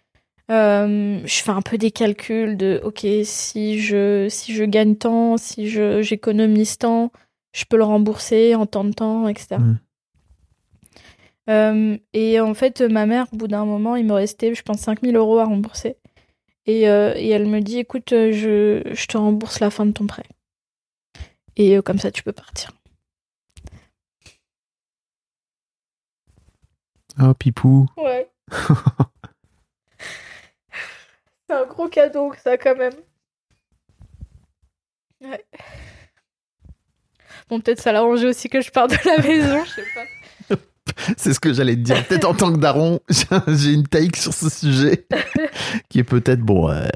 A: Euh, je fais un peu des calculs de, OK, si je, si je gagne tant, si je, j'économise tant, je peux le rembourser en tant de temps, etc.
B: Mm.
A: Euh, et en fait, ma mère, au bout d'un moment, il me restait, je pense, 5000 euros à rembourser. Et, euh, et elle me dit, écoute, euh, je, je te rembourse la fin de ton prêt. Et euh, comme ça, tu peux partir.
B: Oh, pipou.
A: Ouais. C'est un gros cadeau, ça, quand même. Ouais. Bon, peut-être ça l'a arrangé aussi que je parte de la maison, je sais pas.
B: C'est ce que j'allais te dire. Peut-être en tant que daron, j'ai- j'ai une taïque sur ce sujet qui est peut-être bon. euh,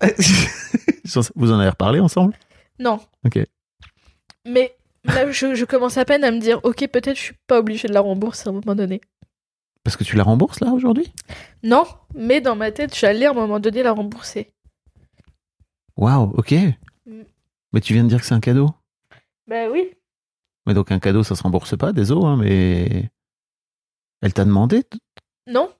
B: Vous en avez reparlé ensemble
A: Non.
B: Ok.
A: Mais là, je, je commence à peine à me dire, ok, peut-être je suis pas obligée de la rembourser à un moment donné.
B: Parce que tu la rembourses là aujourd'hui
A: Non, mais dans ma tête, j'allais à un moment donné la rembourser.
B: Waouh, ok.
A: Mm.
B: Mais tu viens de dire que c'est un cadeau.
A: Bah oui.
B: Mais donc un cadeau, ça se rembourse pas, désolé, hein, mais elle t'a demandé. t-
A: Non.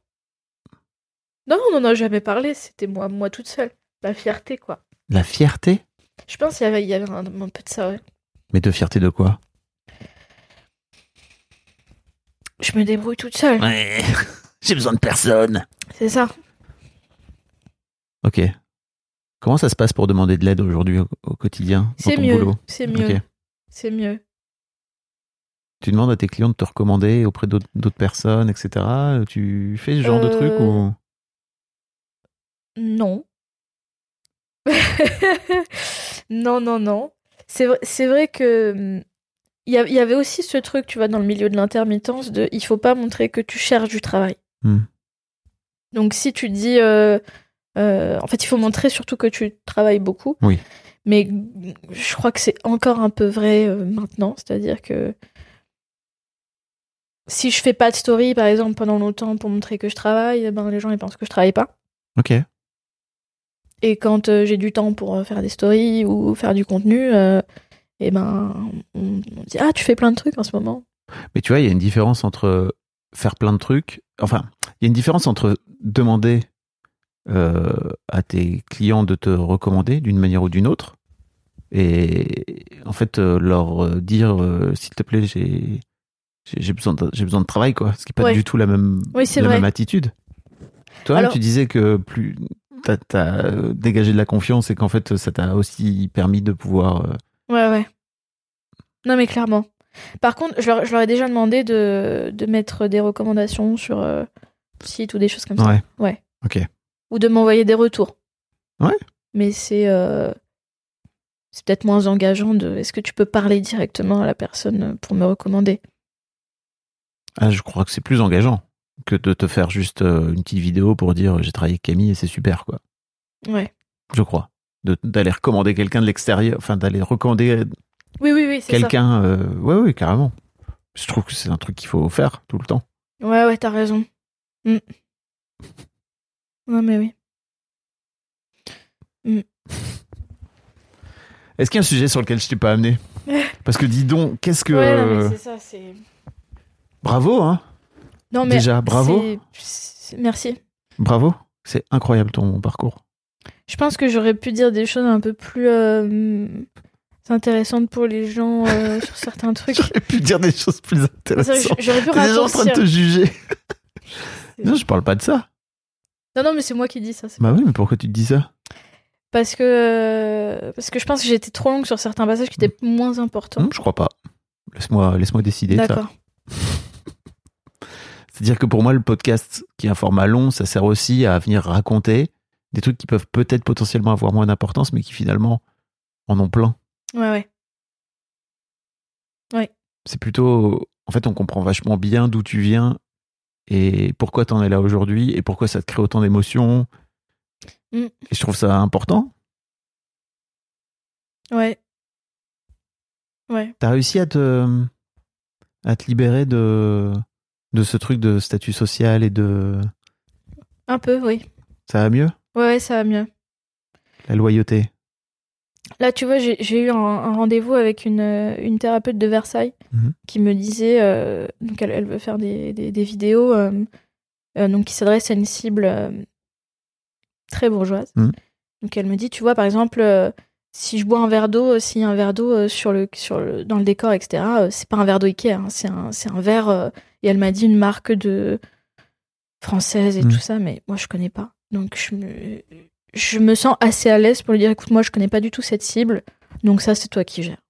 A: Non, on n'en a jamais parlé, c'était moi, moi toute seule. La fierté, quoi.
B: La fierté
A: Je pense qu'il y avait, il y avait un, un peu de ça, ouais.
B: Mais de fierté de quoi
A: Je me débrouille toute seule,
B: Ouais, j'ai besoin de personne.
A: c'est ça.
B: Ok. Comment ça se passe pour demander de l'aide aujourd'hui au, au quotidien dans
A: C'est
B: ton
A: mieux,
B: boulot
A: c'est mieux,
B: Ok.
A: c'est mieux.
B: Tu demandes à tes clients de te recommander auprès d'autres d'autres personnes, etc. Tu fais ce genre de truc
A: Euh,
B: ou
A: Non. non, non, non. C'est vrai, c'est vrai que hum, il y, a- il y avait aussi ce truc, tu vois, dans le milieu de l'intermittence, de il faut pas montrer que tu cherches du travail.
B: Hmm.
A: Donc si tu dis, euh, euh, en fait, il faut montrer surtout que tu travailles beaucoup.
B: Oui.
A: Mais hum, je crois que c'est encore un peu vrai euh, maintenant, c'est-à-dire que si je fais pas de story, par exemple, pendant longtemps pour montrer que je travaille, eh ben les gens ils pensent que je travaille pas.
B: Ok.
A: Et quand euh, j'ai du temps pour euh, faire des stories ou faire du contenu, euh, eh ben, on, on dit Ah, tu fais plein de trucs en ce moment.
B: Mais tu vois, il y a une différence entre faire plein de trucs. Enfin, il y a une différence entre demander euh, à tes clients de te recommander d'une manière ou d'une autre et en fait euh, leur euh, dire euh, s'il te plaît j'ai j'ai j'ai besoin de, j'ai besoin de travail quoi ce qui n'est pas
A: Ouais.
B: du tout la même
A: Oui, c'est
B: la
A: vrai.
B: même attitude toi
A: Alors-
B: tu disais que plus t'as as dégagé de la confiance et qu'en fait ça t'a aussi permis de pouvoir euh,
A: Ouais, ouais. Non, mais clairement. Par contre, je leur, je leur ai déjà demandé de, de mettre des recommandations sur euh, site ou des choses comme ça.
B: ouais
A: Ouais.
B: ok
A: Ou de m'envoyer des retours.
B: Ouais.
A: Mais c'est. euh, c'est peut-être moins engageant de. Est-ce que tu peux parler directement à la personne pour me recommander
B: Ah, je crois que c'est plus engageant que de te faire juste euh, une petite vidéo pour dire euh, j'ai travaillé avec Camille et c'est super, quoi.
A: Ouais.
B: Je crois. De- D'aller recommander quelqu'un de l'extérieur, enfin d'aller recommander
A: Oui, oui, oui, c'est ça.
B: quelqu'un. euh, ouais, ouais, carrément. Je trouve que c'est un truc qu'il faut faire tout le temps.
A: Ouais, ouais, t'as raison. Mm. Non, mais oui.
B: Est-ce qu'il y a un sujet sur lequel je t'ai pas amené Parce que dis donc, qu'est-ce que. euh,
A: Ouais, non, mais c'est ça, c'est.
B: Bravo, hein
A: Non, mais.
B: Déjà, bravo.
A: c'est- c'est- Merci.
B: Bravo. C'est incroyable ton parcours.
A: Je pense que j'aurais pu dire des choses un peu plus euh, intéressantes pour les gens euh, sur certains trucs.
B: J'aurais pu dire des choses plus
A: C'est vrai,
B: intéressantes.
A: J'aurais pu
B: T'es déjà en train de
A: raccourcir.
B: te juger.
A: hein. C'est-
B: Non, je parle pas de ça.
A: Non, non, mais c'est moi qui dis ça. c'est-
B: Bah oui, mais pourquoi tu te dis ça
A: Parce que. euh, Parce que je pense que j'ai été trop longue sur certains passages qui étaient moins importants.
B: Hum, Je crois pas. Laisse-moi laisse décider de ça.
A: D'accord.
B: C'est-à-dire que pour moi, le podcast, qui est un format long, ça sert aussi à venir raconter des trucs qui peuvent peut-être potentiellement avoir moins d'importance, mais qui finalement en ont plein.
A: Ouais, ouais.
B: C'est plutôt. En fait, on comprend vachement bien d'où tu viens et pourquoi t'en es là aujourd'hui et pourquoi ça te crée autant d'émotions.
A: Mm.
B: Et je trouve ça important.
A: Ouais. Ouais.
B: T'as réussi à te, à te libérer de, de ce truc de statut social et de.
A: Un peu, oui.
B: Ça va mieux
A: Ouais, ouais, ça va mieux.
B: La loyauté.
A: Là, tu vois, j'ai j'ai eu un, un rendez-vous avec une, euh, une thérapeute de Versailles
B: Mhm.
A: qui me disait, euh, donc elle, elle veut faire des, des- des vidéos euh, euh, donc qui s'adressent à une cible euh, très bourgeoise.
B: Mhm.
A: Donc elle me dit, tu vois, par exemple, euh, si je bois un verre d'eau, s'il y a un verre d'eau euh, sur le, sur le, dans le décor, etc., euh, c'est pas un verre d'eau Ikea, hein, c'est un, c'est un verre, euh, et elle m'a dit une marque de française et
B: Mhm.
A: tout ça, mais moi je connais pas. Donc je me, je me sens assez à l'aise pour lui dire écoute moi je connais pas du tout cette cible donc ça c'est toi qui gères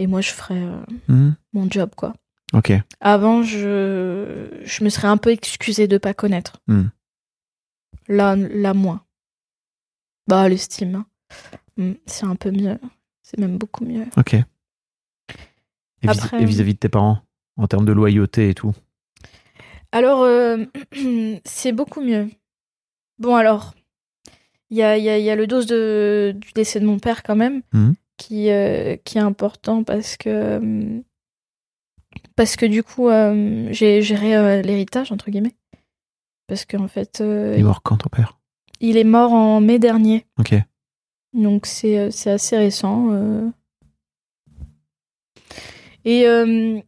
A: et moi je ferai euh,
B: Mhm.
A: mon job quoi
B: Ok.
A: avant je je me serais un peu excusée de pas connaître
B: Hmm.
A: là là moins bah l'estime hein. Hmm, c'est un peu mieux c'est même beaucoup mieux
B: Ok. Et vis-
A: Après-
B: et vis-à-vis de tes parents, en termes de loyauté et tout.
A: Alors, euh, c'est beaucoup mieux. Bon, alors, il y a, il y a- il y a le dose de, du décès de mon père quand même,
B: Mhm.
A: qui, euh, qui est important parce que, hum, parce que du coup, euh, j'ai géré euh, l'héritage, entre guillemets. Parce qu'en fait, euh,
B: Il est mort quand ton père
A: il est mort en mai dernier,
B: Ok.
A: donc c'est euh, c'est assez récent. euh. Et euh,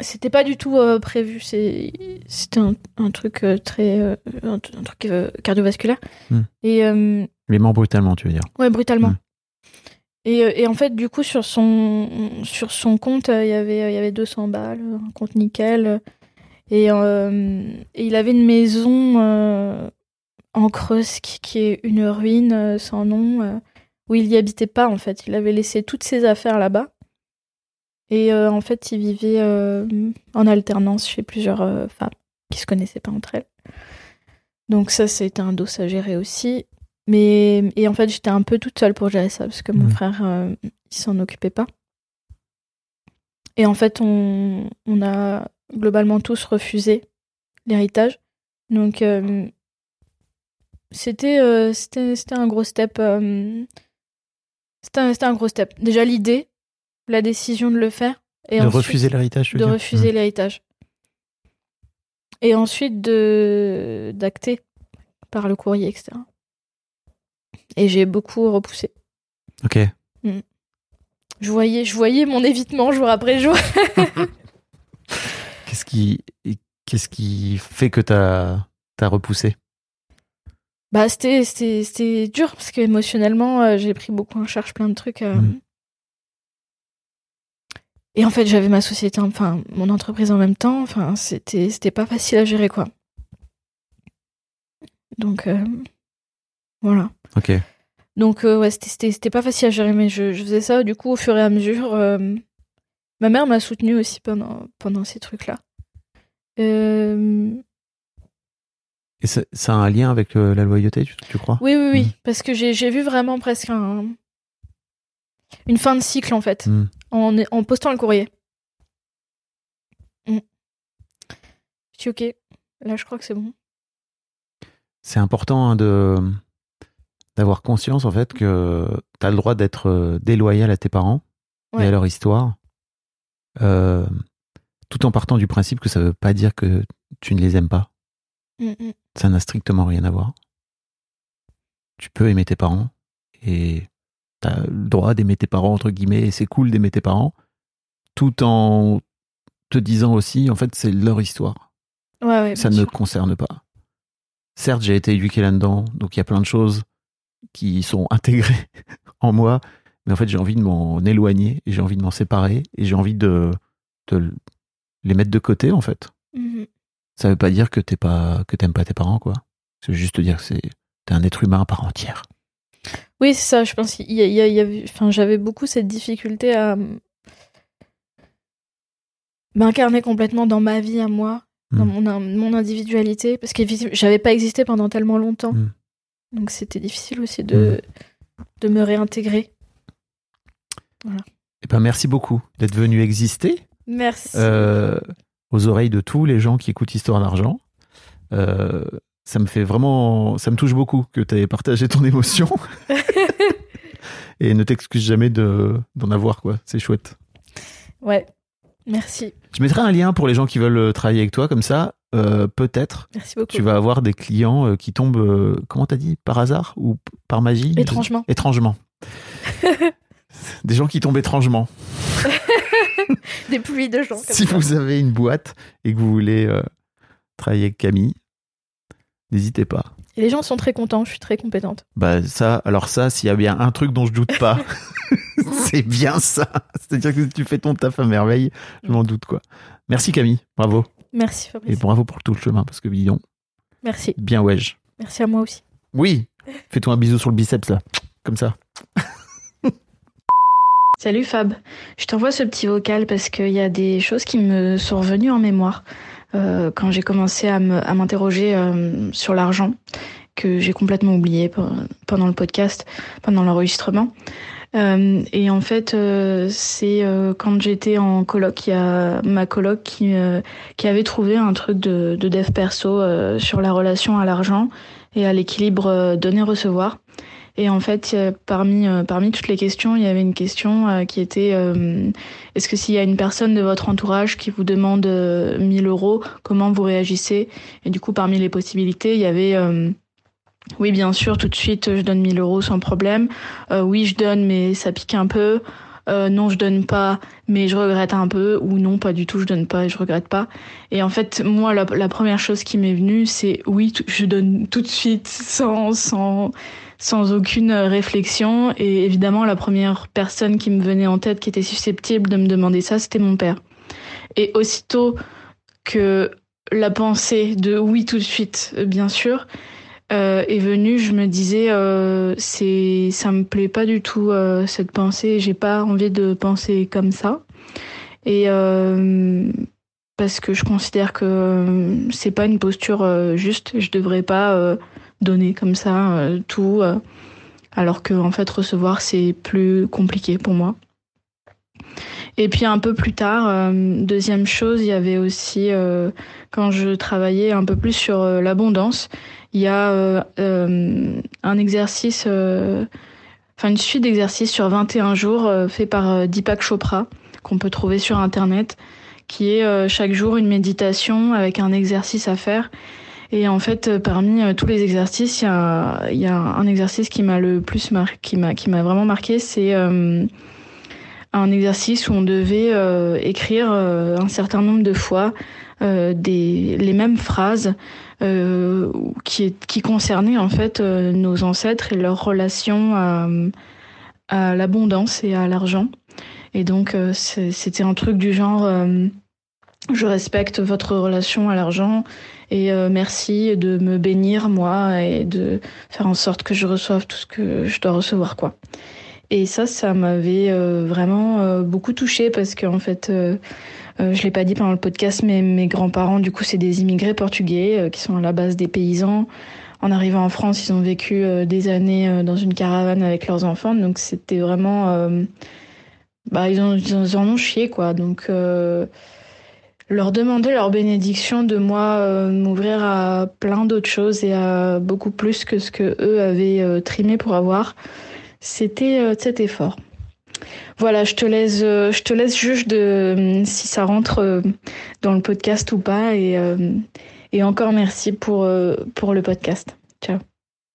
A: c'était pas du tout euh, prévu. c'est- C'était un, un truc euh, très. euh, un, un truc euh, cardiovasculaire.
B: Hmm.
A: Et. euh,
B: Il est mort brutalement, tu veux dire.
A: ouais, brutalement.
B: Hmm.
A: Et, et en fait, du coup, sur son, sur son compte, euh, il y avait, il y avait 200 balles, un compte nickel. Et, euh, et il avait une maison euh, en Creuse qui, qui est une ruine euh, sans nom, où il n'y habitait pas en fait. Il avait laissé toutes ses affaires là-bas. Et euh, en fait, il vivait euh, en alternance chez plusieurs euh, femmes qui se connaissaient pas entre elles. Donc ça, c'était un dos à gérer aussi. Mais et en fait, j'étais un peu toute seule pour gérer ça parce que mon mmh. frère, euh, il s'en occupait pas. Et en fait, on, on a globalement tous refusé l'héritage. Donc euh, c'était euh, c'était un gros step. euh, c'était un, un, gros step. Déjà l'idée, la décision de le faire
B: et de ensuite, refuser l'héritage.
A: De refuser mmh. l'héritage. Et ensuite de d'acter par le courrier, etc. Et j'ai beaucoup repoussé.
B: Ok.
A: Mm. Je, voyais, je voyais mon évitement jour après jour.
B: Mmh. qu'est-ce, qui, qu'est-ce qui fait que t'as, as repoussé
A: bah, c'était, c'était, dur parce que émotionnellement, euh, j'ai pris beaucoup en charge plein de trucs. Euh... Mm. Et en fait, j'avais ma société, enfin, mon entreprise en même temps. Enfin, c'était, c'était pas facile à gérer, quoi. Donc, euh, voilà.
B: Ok.
A: Donc, euh, ouais, c'était pas facile à gérer, mais je, je, faisais ça, du coup, au fur et à mesure. Euh, ma mère m'a soutenue aussi pendant, pendant ces trucs-là. Euh,
B: Et ça, ça, a un lien avec euh, la loyauté, tu, tu crois
A: Oui, oui, oui. Mmh. Parce que j'ai vu vraiment presque un, une fin de cycle, en fait.
B: Hmm.
A: Mmh. En, en, postant le courrier. Mm. Je suis ok. Là, je crois que c'est bon.
B: C'est important hein, de d'avoir conscience en fait que tu as le droit d'être euh, déloyal à tes parents ouais. et à leur histoire, euh, tout en partant du principe que ça veut pas dire que tu ne les aimes pas.
A: Mm -mm.
B: Ça n'a strictement rien à voir. Tu peux aimer tes parents et t'as le droit d'aimer tes parents, entre guillemets, c'est cool d'aimer tes parents, tout en te disant aussi, en fait, c'est leur histoire.
A: Ouais, ouais,
B: ça ne me concerne pas. Certes, j'ai été éduqué là-dedans, donc il y a plein de choses qui sont intégrées en moi, mais en fait, j'ai envie de m'en éloigner, j'ai envie de m'en séparer, et j'ai envie de, de, les mettre de côté, en fait.
A: Mm -hmm.
B: Ça veut pas dire que t'es pas que t'aimes pas tes parents, quoi. C'est juste dire que c'est t'es un être humain à part entière.
A: Oui, c'est ça, je pense qu'il y, a, il y, a, il y a, enfin, j'avais beaucoup cette difficulté à m'incarner complètement dans ma vie à moi, mmh. dans mon, mon, individualité, parce que j'avais pas existé pendant tellement longtemps.
B: Mmh.
A: Donc c'était difficile aussi de, mmh. de me réintégrer. Voilà.
B: Eh ben, merci beaucoup d'être venu exister.
A: Merci.
B: Euh, aux oreilles de tous les gens qui écoutent Histoire d'argent. Euh, ça me fait vraiment, ça me touche beaucoup que tu aies partagé ton émotion. Et ne t'excuse jamais de, d'en avoir, quoi. C'est chouette.
A: Ouais. Merci.
B: Je mettrai un lien pour les gens qui veulent euh, travailler avec toi, comme ça, euh, peut-être.
A: Merci beaucoup.
B: Tu vas avoir des clients qui tombent, euh, comment t'as dit, par hasard ou par magie
A: Étrangement.
B: Étrangement. des gens qui tombent étrangement.
A: des pluies de gens. Comme
B: si
A: ça.
B: vous avez une boîte et que vous voulez euh, travailler avec Camille, N'hésitez pas.
A: Et les gens sont très contents, je suis très compétente.
B: Bah ça, alors ça, s'il y a bien un truc dont je doute pas, c'est bien ça. C'est-à-dire que si tu fais ton taf à merveille, je m'en doute quoi. Merci Camille, bravo.
A: Merci Fabrice.
B: Et bravo pour tout le chemin, parce que bidon.
A: Merci.
B: Bien wesh.
A: Merci à moi aussi.
B: Oui, fais-toi un bisou sur le biceps là, comme ça.
F: Salut Fab, je t'envoie ce petit vocal parce qu'il y a des choses qui me sont revenues en mémoire euh, quand j'ai commencé à m'interroger euh, sur l'argent, que j'ai complètement oublié pendant le podcast, pendant l'enregistrement. Euh, et en fait, euh, c'est quand j'étais en coloc, il y a ma coloc qui, euh, qui avait trouvé un truc de, de dev perso euh, sur la relation à l'argent et à l'équilibre euh, donner-recevoir. Et en fait, parmi, euh, parmi toutes les questions, il y avait une question qui était euh, est-ce que s'il y a une personne de votre entourage qui vous demande euh, 1000 euros, comment vous réagissez Et du coup, parmi les possibilités, il y avait euh, oui, bien sûr, tout de suite, je donne 1000 euros sans problème. Euh, oui, je donne, mais ça pique un peu. Euh, non je donne pas mais je regrette un peu ou non pas du tout je donne pas et je regrette pas et en fait moi la, la première chose qui m'est venue c'est oui je donne tout de suite sans sans
A: sans aucune euh, réflexion. Et évidemment, la première personne qui me venait en tête, qui était susceptible de me demander ça, c'était mon père. Et aussitôt que la pensée de oui tout de suite, bien sûr, euh, est venue, je me disais, euh, c'est, ça me plaît pas du tout euh, cette pensée. J'ai pas envie de penser comme ça. Et euh, parce que je considère que c'est pas une posture euh, juste. Je devrais pas euh, donner comme ça euh, tout, euh, alors que en fait recevoir c'est plus compliqué pour moi. Et puis un peu plus tard, euh, deuxième chose, il y avait aussi euh, quand je travaillais un peu plus sur euh, l'abondance, il y a euh, un exercice, euh, enfin une suite d'exercices sur 21 jours euh, fait par Deepak Chopra qu'on peut trouver sur internet, qui est euh, chaque jour une méditation avec un exercice à faire. Et en fait, euh, parmi tous les exercices, il y a, y a, un exercice qui m'a le plus marqué, qui m'a, qui m'a vraiment marqué, c'est euh, un exercice où on devait euh, écrire euh, un certain nombre de fois euh, des, les mêmes phrases euh, qui, est, qui concernaient en fait euh, nos ancêtres et leur relation à, à l'abondance et à l'argent. Et donc, euh, c'était un truc du genre euh, je respecte votre relation à l'argent et euh, merci de me bénir moi et de faire en sorte que je reçoive tout ce que je dois recevoir quoi. Et ça, ça m'avait euh, vraiment euh, beaucoup touchée parce que en fait, euh, je l'ai pas dit pendant le podcast, mais mes grands-parents du coup c'est des immigrés portugais euh, qui sont à la base des paysans. En arrivant en France, ils ont vécu euh, des années dans une caravane avec leurs enfants, donc c'était vraiment, euh, bah ils, ont, ils en ont chié quoi, donc euh, leur demander leur bénédiction de moi euh, m'ouvrir à plein d'autres choses et à beaucoup plus que ce que eux avaient euh, trimé pour avoir. C'était euh, cet effort. Voilà, je te laisse, euh, je te laisse juge de euh, si ça rentre dans le podcast ou pas. Et, euh, et encore merci pour, euh, pour le podcast. Ciao.